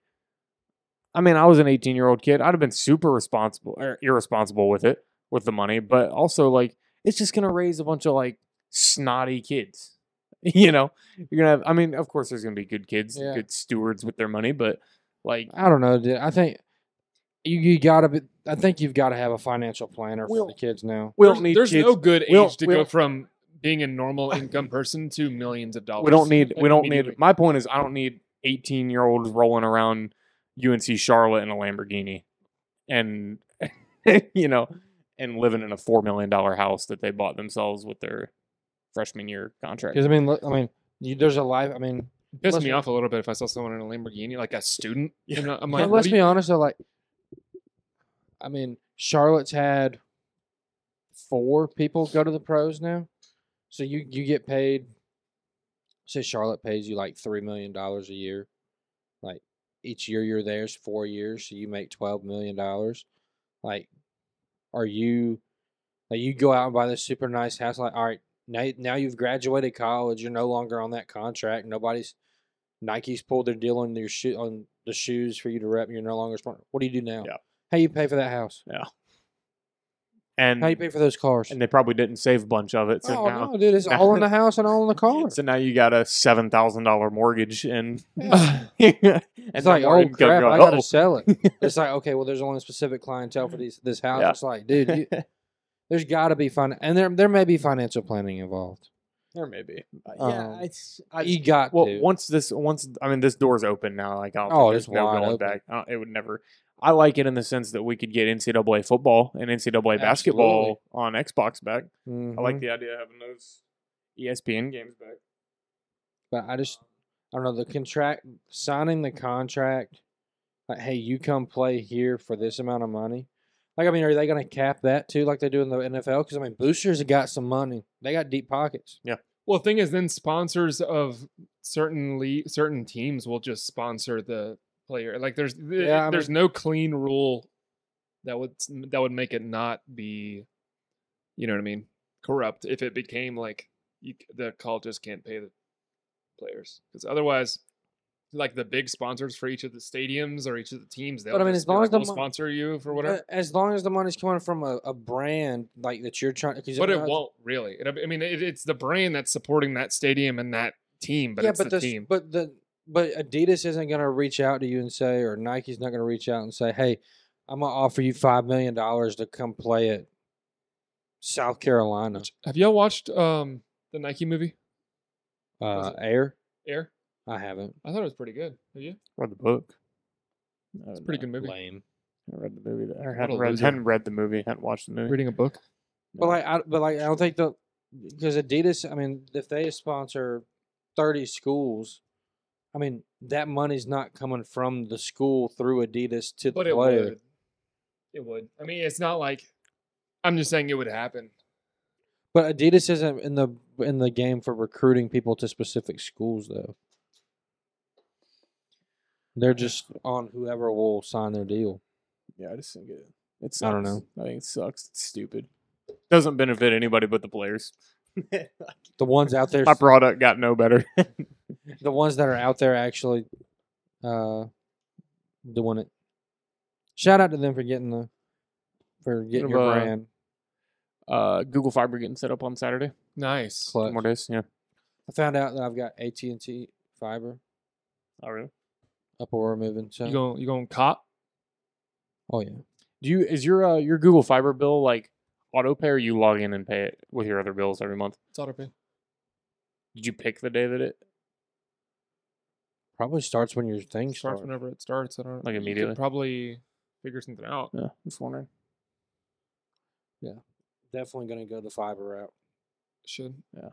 S1: I mean, I was an 18-year-old kid. I'd have been super responsible or irresponsible with it with the money, but also like it's just going to raise a bunch of like snotty kids. (laughs) You know, you're gonna have. I mean, of course, there's gonna be good kids,
S3: Yeah.
S1: good stewards with their money, but like,
S3: I don't know, dude. I think you you gotta be. I think you've got to have a financial planner
S1: Well-
S3: for the kids now.
S1: we don't
S2: There's-
S1: need.
S2: There's
S1: kids.
S2: no good age
S1: we don't-
S2: to
S1: we
S2: go
S1: don't-
S2: from being a normal income person to millions of dollars.
S1: We don't need.
S2: like,
S1: We don't
S2: immediately.
S1: need. My point is, I don't need 18-year-olds rolling around UNC Charlotte in a Lamborghini, and (laughs) you know, and living in a four million dollar house that they bought themselves with their freshman year contract.
S3: Because I mean, look, I mean, you, there's a life. I mean,
S2: Piss
S3: Let's-
S2: me off a little bit if I saw someone in a Lamborghini, like a student.
S1: Yeah.
S2: and I'm
S3: But
S2: like, what
S3: let's
S2: do
S3: be
S2: you-
S3: honest though, like I mean, Charlotte's had four people go to the pros now. So you you get paid say Charlotte pays you like three million dollars a year. Like each year you're there's four years, so you make twelve million dollars. Like are you like you go out and buy this super nice house, like all right, now now you've graduated college, you're no longer on that contract, nobody's Nike's pulled their deal on your shoe on the shoes for you to rep. You're no longer smart. What do you do now?
S1: Yeah.
S3: How you pay for that house?
S1: and
S3: How you pay for those cars?
S1: Mm. and they probably didn't save a bunch of it. So
S3: oh
S1: now,
S3: no, dude, it's
S1: now- (laughs)
S3: all in the house and all in the car.
S1: so now you got a seven thousand dollar mortgage, and
S3: Yeah.
S1: (laughs) and
S3: It's
S1: the
S3: like, oh
S1: mortgage company
S3: crap,
S1: going,
S3: I gotta
S1: "Uh-oh." (laughs)
S3: sell it. it's like, okay, well, there's only a specific clientele for these this house.
S1: Yeah.
S3: It's like, dude,
S1: (laughs)
S3: you, there's got to be fin and there there may be financial planning involved.
S1: There may be.
S3: Um,
S1: yeah, it's, I,
S3: you got
S1: well,
S3: to.
S1: once this, once I mean, this door's open now. Like, I don't
S3: Oh,
S1: think
S3: it's
S1: there's no
S3: wide
S1: going
S3: open.
S1: back. I don't- it would never. I like it in the sense that we could get NCAA football and NCAA basketball on Xbox back. I like
S3: Mhm.
S1: the idea of having those E ESPN games back.
S3: but I just
S2: Um,
S3: I don't know the contract signing the contract. Like, hey, you come play here for this amount of money. Like, I mean, are they going to cap that too, like they do in the NFL? Because I mean, boosters have got some money. They got deep pockets.
S2: Well, the thing is, then sponsors of certain le- certain teams will just sponsor the player. Like there's th-
S3: Yeah, I
S2: there's no clean rule that would s- that would make it not be, you know what I mean, corrupt. If it became like you, c- the colleges can't pay the players because otherwise, like the big sponsors for each of the stadiums or each of the teams, they'll
S3: But I mean,
S2: just
S3: as
S2: be
S3: long
S2: like,
S3: as the
S2: "We'll
S3: mon-
S2: sponsor you for whatever.
S3: Uh, As long as the money's coming from a, a brand like that you're trying, cause
S2: But
S3: you
S2: it
S3: know,
S2: won't really. It, I mean, it, it's the brand that's supporting that stadium and that team, but
S3: yeah,
S2: it's
S3: but
S2: the
S3: s-
S2: team.
S3: but the but Adidas isn't going to reach out to you and say, or Nike's not going to reach out and say, hey, I'm going to offer you five million dollars to come play at South Carolina.
S2: Which- have y'all watched um the Nike movie was
S3: Uh,
S2: it-
S3: Air?
S2: Air?
S3: I haven't.
S2: I thought it was pretty good. Have you?
S1: Read the book.
S2: It's a pretty good movie.
S3: Lame.
S1: I read the movie. Or
S2: a
S1: hadn't read,
S2: loser.
S1: hadn't read the movie. Hadn't watched the movie.
S2: Reading a book.
S3: But like, I, but like, I don't think the because Adidas. I mean, if they sponsor thirty schools, I mean that money's not coming from the school through Adidas to
S2: But
S3: the
S2: it
S3: player.
S2: would. It would. I mean, it's not like. I'm just saying it would happen.
S3: But Adidas isn't in the in the game for recruiting people to specific schools though. They're just on whoever will sign their deal.
S1: Yeah, I just think it. It sucks.
S3: I don't know.
S1: I think it sucks. It's stupid. Doesn't benefit anybody but the players.
S3: The ones out there,
S1: My product got no better. (laughs)
S3: the ones that are out there actually uh, doing it. Shout out to them for getting the for getting your
S1: Uh,
S3: brand.
S1: uh, Google Fiber getting set up on Saturday.
S2: Nice.
S1: Two more
S3: Clutch.
S1: days. Yeah.
S3: I found out that I've got AT and T fiber
S1: Oh really?
S3: up where we're moving. So
S2: You going? You going cop?
S3: oh yeah,
S1: Do you is your uh, your Google Fiber bill like auto pay or you log in and pay it with your other bills every month?
S2: It's autopay.
S1: Did you pick the day that it
S3: probably starts when your thing
S2: Starts
S3: starts.
S2: whenever it starts. I don't
S1: Like
S2: you could
S1: immediately?
S2: probably figure something out.
S1: Yeah, uh, just wondering.
S3: Definitely going to go the fiber route.
S2: Should.
S1: Yeah.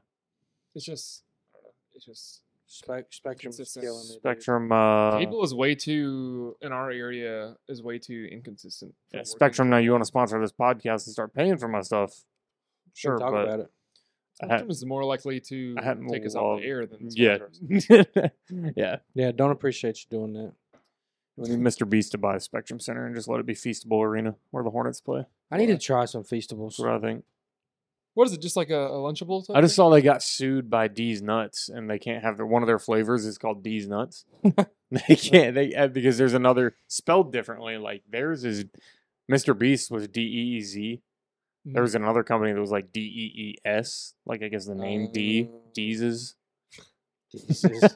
S2: It's just. I don't know. It's just.
S3: Spec- Spectrum's
S2: Consistent.
S3: killing me. dude.
S1: Spectrum uh
S2: Cable is way too in our area is way too inconsistent. for
S1: yeah,
S2: working.
S1: Spectrum now you want to sponsor this podcast and start paying for my stuff. Sure,
S3: Sure, talk
S1: but
S3: about it.
S1: I had-
S2: Spectrum is more likely to
S1: hadn't
S2: take us off
S1: loved-
S2: the air than
S1: yeah.
S2: sponsors.
S1: (laughs) yeah.
S3: Yeah, don't appreciate you doing that.
S1: We need Mr. Beast to buy Spectrum Center and just let it be Feastable Arena where the Hornets play.
S3: I need
S1: Why?
S3: to try some feastables.
S1: That's what I think.
S2: (laughs) What is it? Just like a, a lunchable? type
S1: I just
S2: thing?
S1: saw they got sued by D's Nuts, and they can't have their one of their flavors is called D's Nuts. (laughs) they can't they uh, because there's another spelled differently. Like theirs is Mr. Beast was D E E Z.
S2: Hmm.
S1: There
S2: (laughs)
S1: was another company that was like D E E S. Like I guess the name D
S3: Oh.
S1: D's is
S3: Jesus.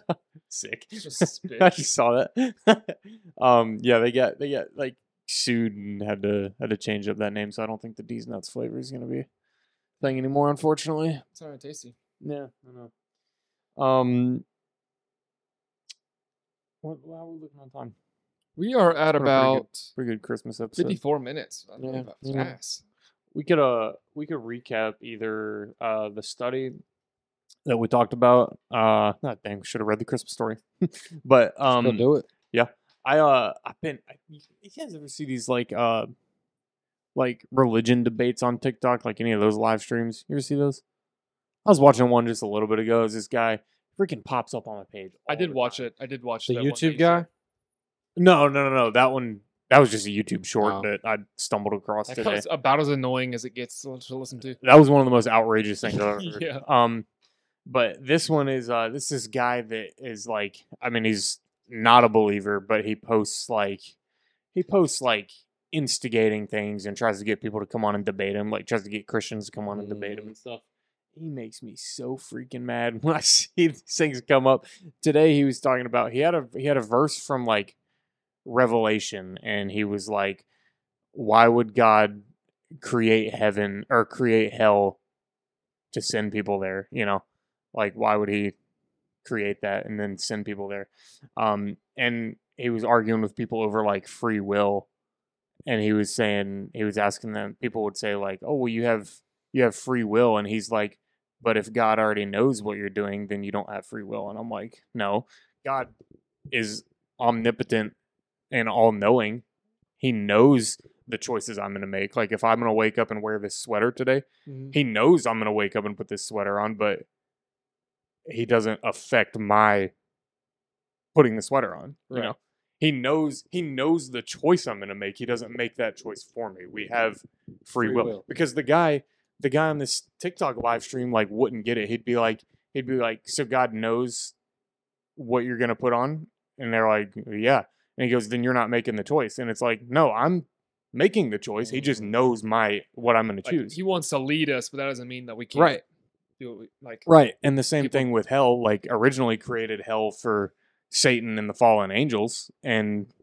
S1: sick. (laughs)
S2: Just spit.
S1: I just saw that. (laughs) um, yeah, they got they got like sued and had to had to change up that name. So I don't think the D's Nuts flavor is gonna be a thing anymore, unfortunately.
S2: It's not tasty.
S1: Yeah, I know. Um, what, how are we looking on time?
S2: We are at
S1: been a pretty good
S2: about
S1: Pretty good Christmas episode.
S2: fifty-four minutes. I
S1: Yeah,
S2: yeah, about
S1: yeah.
S2: fast.
S1: We could uh we could recap either uh the study that we talked about. Uh, I think should have read the Christmas story, (laughs) but um,
S3: Still do it.
S1: I uh I've been I, you guys ever see these like uh like religion debates on TikTok like any of those live streams you ever see those I was watching one just a little bit ago Is this guy freaking pops up on my page
S2: I
S1: all
S2: did
S1: the
S2: watch
S1: time.
S2: it. I did watch
S3: The
S2: that one that
S3: YouTube
S2: you sent.
S3: guy.
S1: no no no no that one that was just a YouTube short
S3: Oh.
S1: that I stumbled across
S2: That
S1: today
S2: was about as annoying as it gets to to listen to.
S1: that was one of the most outrageous things I've ever
S2: (laughs)
S1: heard.
S2: Yeah.
S1: Um, but this one is uh, this is guy that is like, I mean, he's not a believer, but he posts like, he posts like instigating things and tries to get people to come on and debate him, like tries to get Christians to come on and debate him and stuff. He makes me so freaking mad (laughs) when I see these things come up. Today he was talking about he had a he had a verse from like Revelation, and he was like, "Why would God create heaven or create hell to send people there you know like why would he create that and then send people there um and he was arguing with people over like free will and he was saying he was asking them people would say like oh well you have you have free will and he's like but if god already knows what you're doing then you don't have free will and i'm like no god is omnipotent and all knowing he knows the choices i'm going to make like if i'm going to wake up and wear this sweater today he knows I'm gonna wake up and put this sweater on, but he doesn't affect my putting the sweater on. You
S2: Right.
S1: know, he knows he knows the choice I'm gonna make. He doesn't make that choice for me. We have free,
S3: Free
S1: will.
S3: will.
S1: because the guy, the guy on this TikTok live stream, like wouldn't get it. He'd be like, he'd be like, so God knows what you're gonna put on, and they're like, yeah. And he goes, then you're not making the choice. And it's like, no, I'm making the choice. He just
S3: Mm.
S1: knows my what I'm gonna
S2: Like,
S1: choose.
S2: he wants to lead us, but that doesn't mean that we can't
S1: Right.
S2: do what we like.
S1: Right. And the same
S2: people-
S1: thing with hell, like originally created hell for Satan and the fallen angels, and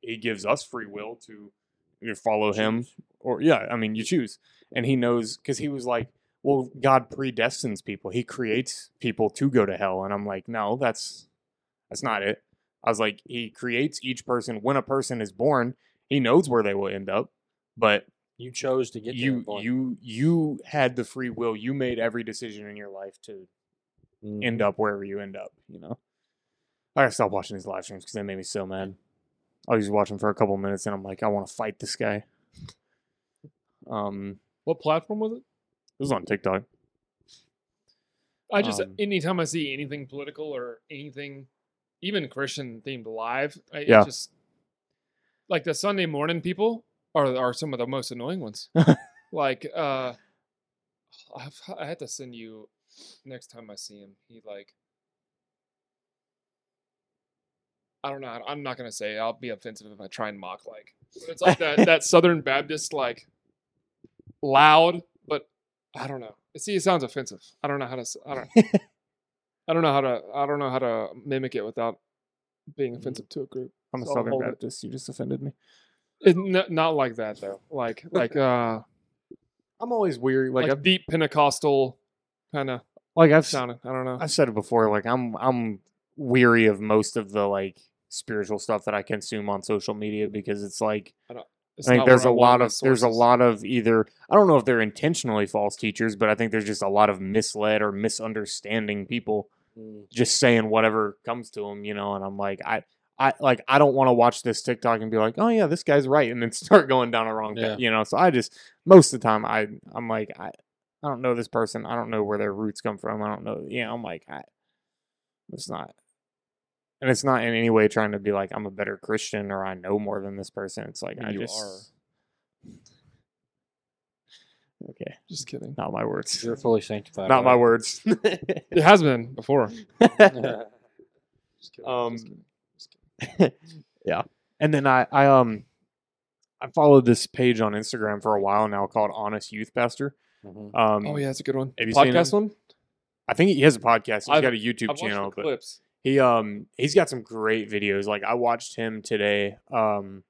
S1: he gives us free will to either follow him or yeah, I mean you choose. And he knows because he was like, Well, God predestines people. He creates people to go to hell. And I'm like, No, that's that's not it. I was like, he creates each person when a person is born, he knows where they will end up, but
S3: You chose to get
S1: you
S3: There, boy.
S1: you you had the free will. You made every decision in your life to
S3: Mhm.
S1: end up wherever you end up, you know. I gotta stop watching these live streams because they make me so mad. I'll just watch them for a couple minutes and I'm like, I want to fight this guy. Um,
S2: What platform was it?
S1: this is on TikTok.
S2: I just
S1: Um,
S2: anytime I see anything political or anything, even Christian themed live, I, it
S1: Yeah.
S2: just like the Sunday morning people are are some of the most
S1: (laughs)
S2: annoying ones. like, uh, I've, I had to send you next time I see him. He like, I don't know. I- I'm not gonna say. it, I'll be offensive if I try and mock like. But it's
S1: (laughs)
S2: like that that Southern Baptist like loud, but I don't know. See, it sounds offensive. I don't know how to. s-
S1: (laughs)
S2: I don't. I don't know how to. I don't know how to mimic it without being offensive to a group.
S1: Mm-hmm. I'm a
S2: So I'll
S1: Southern
S2: hold it.
S1: Baptist. You just offended me.
S2: It, n- not like that though.
S1: (laughs)
S2: Like like uh
S1: I'm always weary. Like
S2: like,
S1: I've,
S2: deep Pentecostal kind of
S1: like I've s-
S2: sounding. I don't know.
S1: I've said it before. Like I'm I'm weary of most of the like spiritual stuff that I consume on social media because it's like
S2: It's
S1: I think
S2: not
S1: there's
S2: where
S1: a lot
S2: want my
S1: of there's a
S2: sources.
S1: lot of either I don't know if they're intentionally false teachers, but I think there's just a lot of misled or misunderstanding people
S3: Mm.
S1: just saying whatever comes to them, you know. And I'm like, I, I like, I don't want to watch this TikTok and be like, oh yeah, this guy's right, and then (laughs) start going down a wrong
S3: Yeah.
S1: path, you know. So I just most of the time I, I'm like, I, I don't know this person. I don't know where their roots come from. I don't know. Yeah, I'm like, I, it's not. And it's not in any way trying to be like I'm a better Christian or I know more than this person. It's like
S2: mean,
S1: I
S2: you
S1: just okay,
S2: Just
S1: (laughs)
S2: kidding.
S1: not my words,
S3: You're fully sanctified.
S1: not my
S3: right?
S1: words. (laughs)
S2: It has been before.
S3: (laughs)
S2: Just kidding.
S1: Um,
S2: just kidding.
S1: (laughs) yeah. And then I, I um I followed this page on Instagram for a while now called Honest Youth Pastor.
S3: Mhm.
S1: Um
S2: Oh yeah, it's a good one.
S1: have you seen
S2: Podcast one.
S1: I think he has a podcast. He's
S2: I've-
S1: got a YouTube
S2: I've watched
S1: channel,
S2: the
S1: but
S2: clips.
S1: he um he's got some great videos. Like I watched him today. Um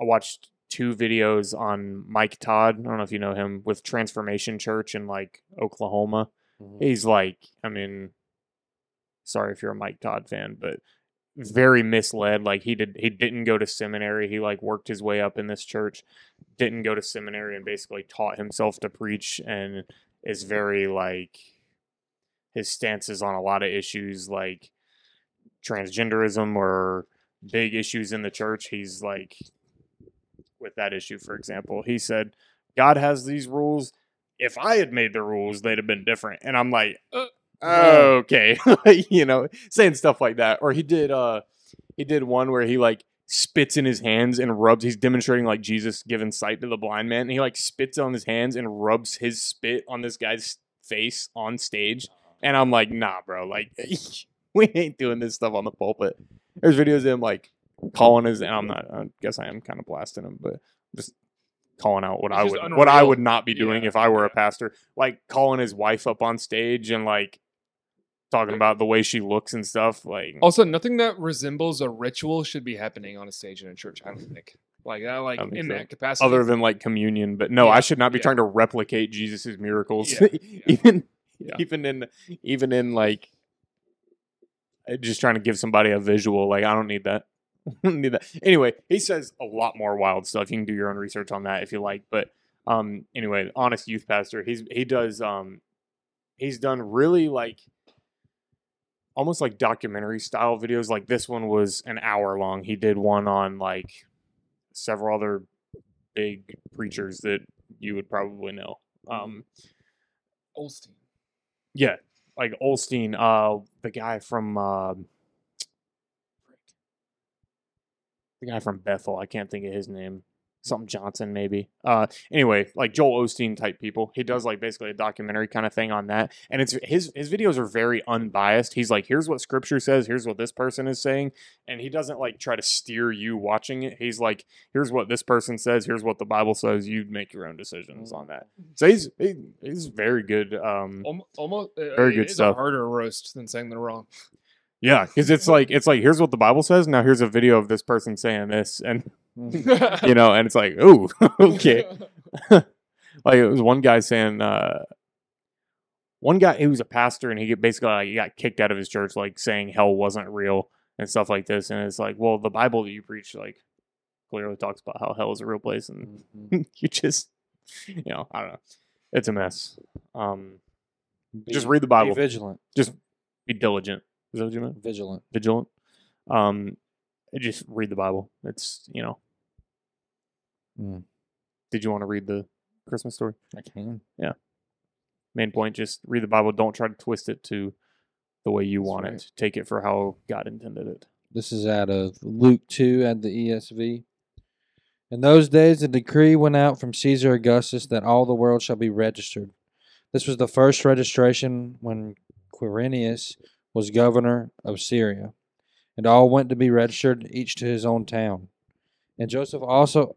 S1: I watched two videos on Mike Todd. I don't know if you know him with Transformation Church in like Oklahoma.
S3: Mhm.
S1: He's like, I mean, sorry if you're a Mike Todd fan, but very misled. Like he did, he didn't go to seminary. He like worked his way up in this church, didn't go to seminary, and basically taught himself to preach, and is very like his stances on a lot of issues like transgenderism or big issues in the church. He's like, with that issue, for example, he said, God has these rules. If I had made the rules, they'd have been different. And I'm like, uh, okay, (laughs) you know, saying stuff like that. Or he did, uh, he did one where he like spits in his hands and rubs. He's demonstrating like Jesus giving sight to the blind man, and he like spits on his hands and rubs his spit on this guy's face on stage. And I'm like, nah, bro, like (laughs) we ain't doing this stuff on the pulpit. There's videos of him like calling his. And I'm not. I guess I am kind of blasting him, but just calling out what
S2: It's
S1: I
S2: just
S1: would what I
S2: unreal.
S1: would not be doing
S2: Yeah,
S1: if I were a
S2: yeah.
S1: pastor. Like calling his wife up on stage and like talking about the way she looks and stuff. Like
S2: Also, nothing that resembles a ritual should be happening on a stage in a church. I don't think like that, like
S1: That makes
S2: in
S1: sense.
S2: that capacity.
S1: other than like communion. But no,
S2: Yeah,
S1: I should not be
S2: yeah.
S1: trying to replicate Jesus's miracles,
S2: Yeah,
S1: (laughs) even
S2: yeah.
S1: even in even in like uh, just trying to give somebody a visual. Like I don't need that. (laughs) I don't need that. Anyway, he says a lot more wild stuff. You can do your own research on that if you like. But um, anyway, honest youth pastor. He's he does um, he's done really like almost like documentary style videos. Like this one was an hour long. He did one on like several other big preachers that you would probably know. Um,
S2: Olstein.
S1: yeah, like Olstein, uh, the guy from um the guy from Bethel. I can't think of his name. Something Johnson, maybe. Uh, anyway, like Joel Osteen type people. He does like basically a documentary kind of thing on that, and it's his his videos are very unbiased. He's like, here's what Scripture says, here's what this person is saying, and he doesn't like try to steer you watching it. He's like, here's what this person says, here's what the Bible says. You make your own decisions on that. So he's he, he's very good. Um,
S2: Alm- Almost uh,
S1: Very
S2: it
S1: good
S2: is
S1: stuff.
S2: A harder roast than saying
S1: (laughs)
S2: they're wrong.
S1: yeah, because it's like it's like here's what the Bible says. Now here's a video of this person saying this, and (laughs)
S2: (laughs)
S1: you know, and it's like, oh, (laughs) okay. like it was one guy saying uh one guy he was a pastor and he get- basically like, he got kicked out of his church like saying hell wasn't real and stuff like this and it's like well the bible that you preach like clearly talks about how hell is a real place and (laughs) you just you know i don't know it's a mess um just read the bible
S3: Be vigilant.
S1: be diligent is that what you meant
S3: Vigilant.
S1: vigilant um just read the bible it's you know
S3: Mm.
S1: did you want to read the christmas story
S3: I can.
S1: main point just read the bible don't try to twist it to the way you
S2: That's
S1: want
S2: right.
S1: it take it for how god intended it
S3: This is out of Luke 2 at the ESV. In those days, a decree went out from Caesar Augustus that all the world shall be registered. This was the first registration when Quirinius was governor of Syria. And all went to be registered, each to his own town. And Joseph also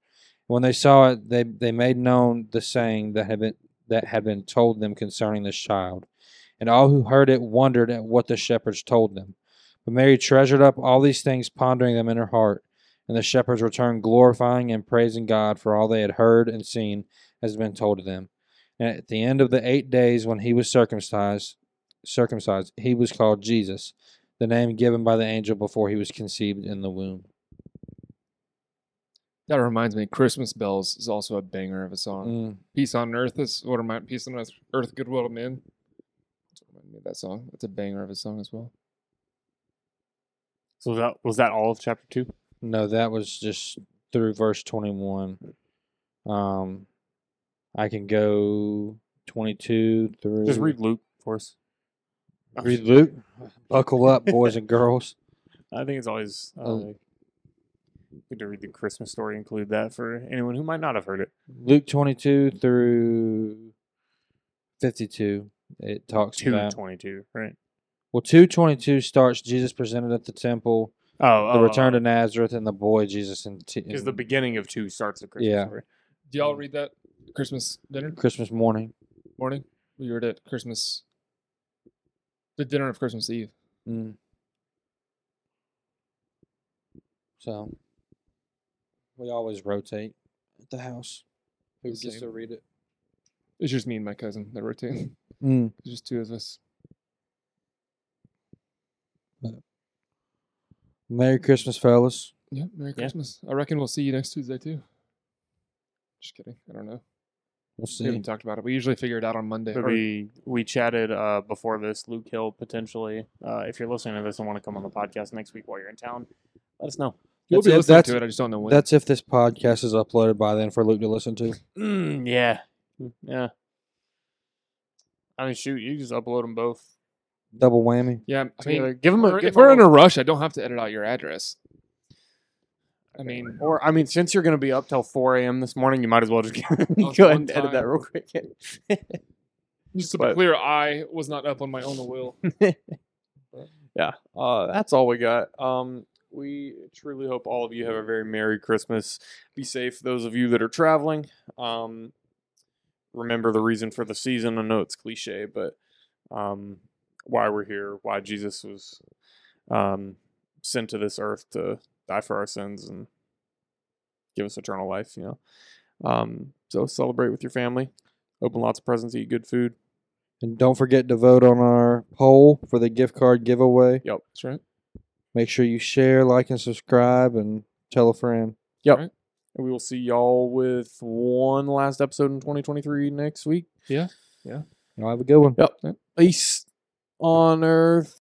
S3: When they saw it, they, they made known the saying that had been that had been told them concerning this child. And all who heard it wondered at what the shepherds told them. But Mary treasured up all these things, pondering them in her heart. And the shepherds returned, glorifying and praising God for all they had heard and seen as had been told to them. And at the end of the eight days, when he was circumcised, circumcised, he was called Jesus, the name given by the angel before he was conceived in the womb.
S2: That reminds me, Christmas Bells is also a banger of a song.
S3: Mm.
S2: Peace on Earth is what remind Peace on Earth, Earth Goodwill to Men. That's what reminded me of that song. That's a banger of a song as well.
S1: So that was that all of chapter two.
S3: No, that was just through verse 21. Um, I can go 22 through.
S1: Just read Luke for us.
S3: Read Luke. Buckle up, boys and girls.
S1: (laughs) I think it's always uh,
S3: Oh.
S1: good to read the Christmas story. Include that for anyone who might not have heard it.
S3: Luke 22 through 52. It talks
S1: Two
S3: about.
S1: twenty two, right?
S3: Well, 222 starts Jesus presented at the temple,
S1: Oh,
S3: the
S2: Uh,
S3: return to Nazareth, and the boy Jesus and, t-
S1: because the beginning of two starts the Christmas
S3: Yeah.
S1: story.
S2: Do
S1: Mm.
S2: y'all read that Christmas dinner
S3: Christmas morning.
S2: morning? We read it Christmas, the dinner of Christmas Eve.
S3: Mm. So we always rotate at the house. Who
S2: The
S3: gets to
S2: same.
S3: read it?
S2: It's just me and my cousin that rotate.
S3: Mm.
S2: (laughs) It's just two of us.
S3: Merry Christmas, fellas.
S2: Yeah, Merry
S1: Yeah.
S2: Christmas. I reckon we'll see you next Tuesday too. Just kidding. I don't know.
S3: We'll
S2: We
S3: see.
S2: haven't talked about it. We usually figure it out on Monday.
S1: But
S2: or-
S1: we we chatted uh, before this. Luke Hill potentially. Uh, if you're listening to this and want to come on the podcast next week while you're in town, let us know.
S2: you'll
S3: That's
S2: be
S3: it.
S2: listening
S3: That's-
S2: to it. I just don't know when.
S3: That's if this podcast is uploaded by then for Luke to listen to.
S1: Mm, yeah, yeah. I mean, shoot, you just upload them both
S3: Double whammy.
S2: yeah, I mean,
S1: together. give them a.
S2: Or
S1: give
S2: if we're
S1: 'em
S2: in
S1: a-
S2: a rush, I don't have to edit out your address. I mean,
S1: Or I mean, since you're going to be up till 4 a.m. this morning, you might as well just (laughs)
S2: Of
S1: go ahead
S2: one
S1: and edit that
S2: time.
S1: real quick. (laughs)
S2: just to
S1: But-
S2: be clear, I was not up on my own will.
S1: yeah, uh, that's all we got. Um, we truly hope all of you have a very merry Christmas. Be safe, those of you that are traveling. Um, remember the reason for the season. I know it's cliche, but um, why we're here, why Jesus was um, sent to this earth to die for our sins and give us eternal life. You know, um, so celebrate with your family. Open lots of presents, eat good food.
S3: And don't forget to vote on our poll for the gift card giveaway.
S2: That's right.
S3: Make sure you share, like, and subscribe, and tell a friend.
S1: And we will see y'all with one last episode in 2023 next week.
S3: Y'all have a good one.
S1: Peace on earth.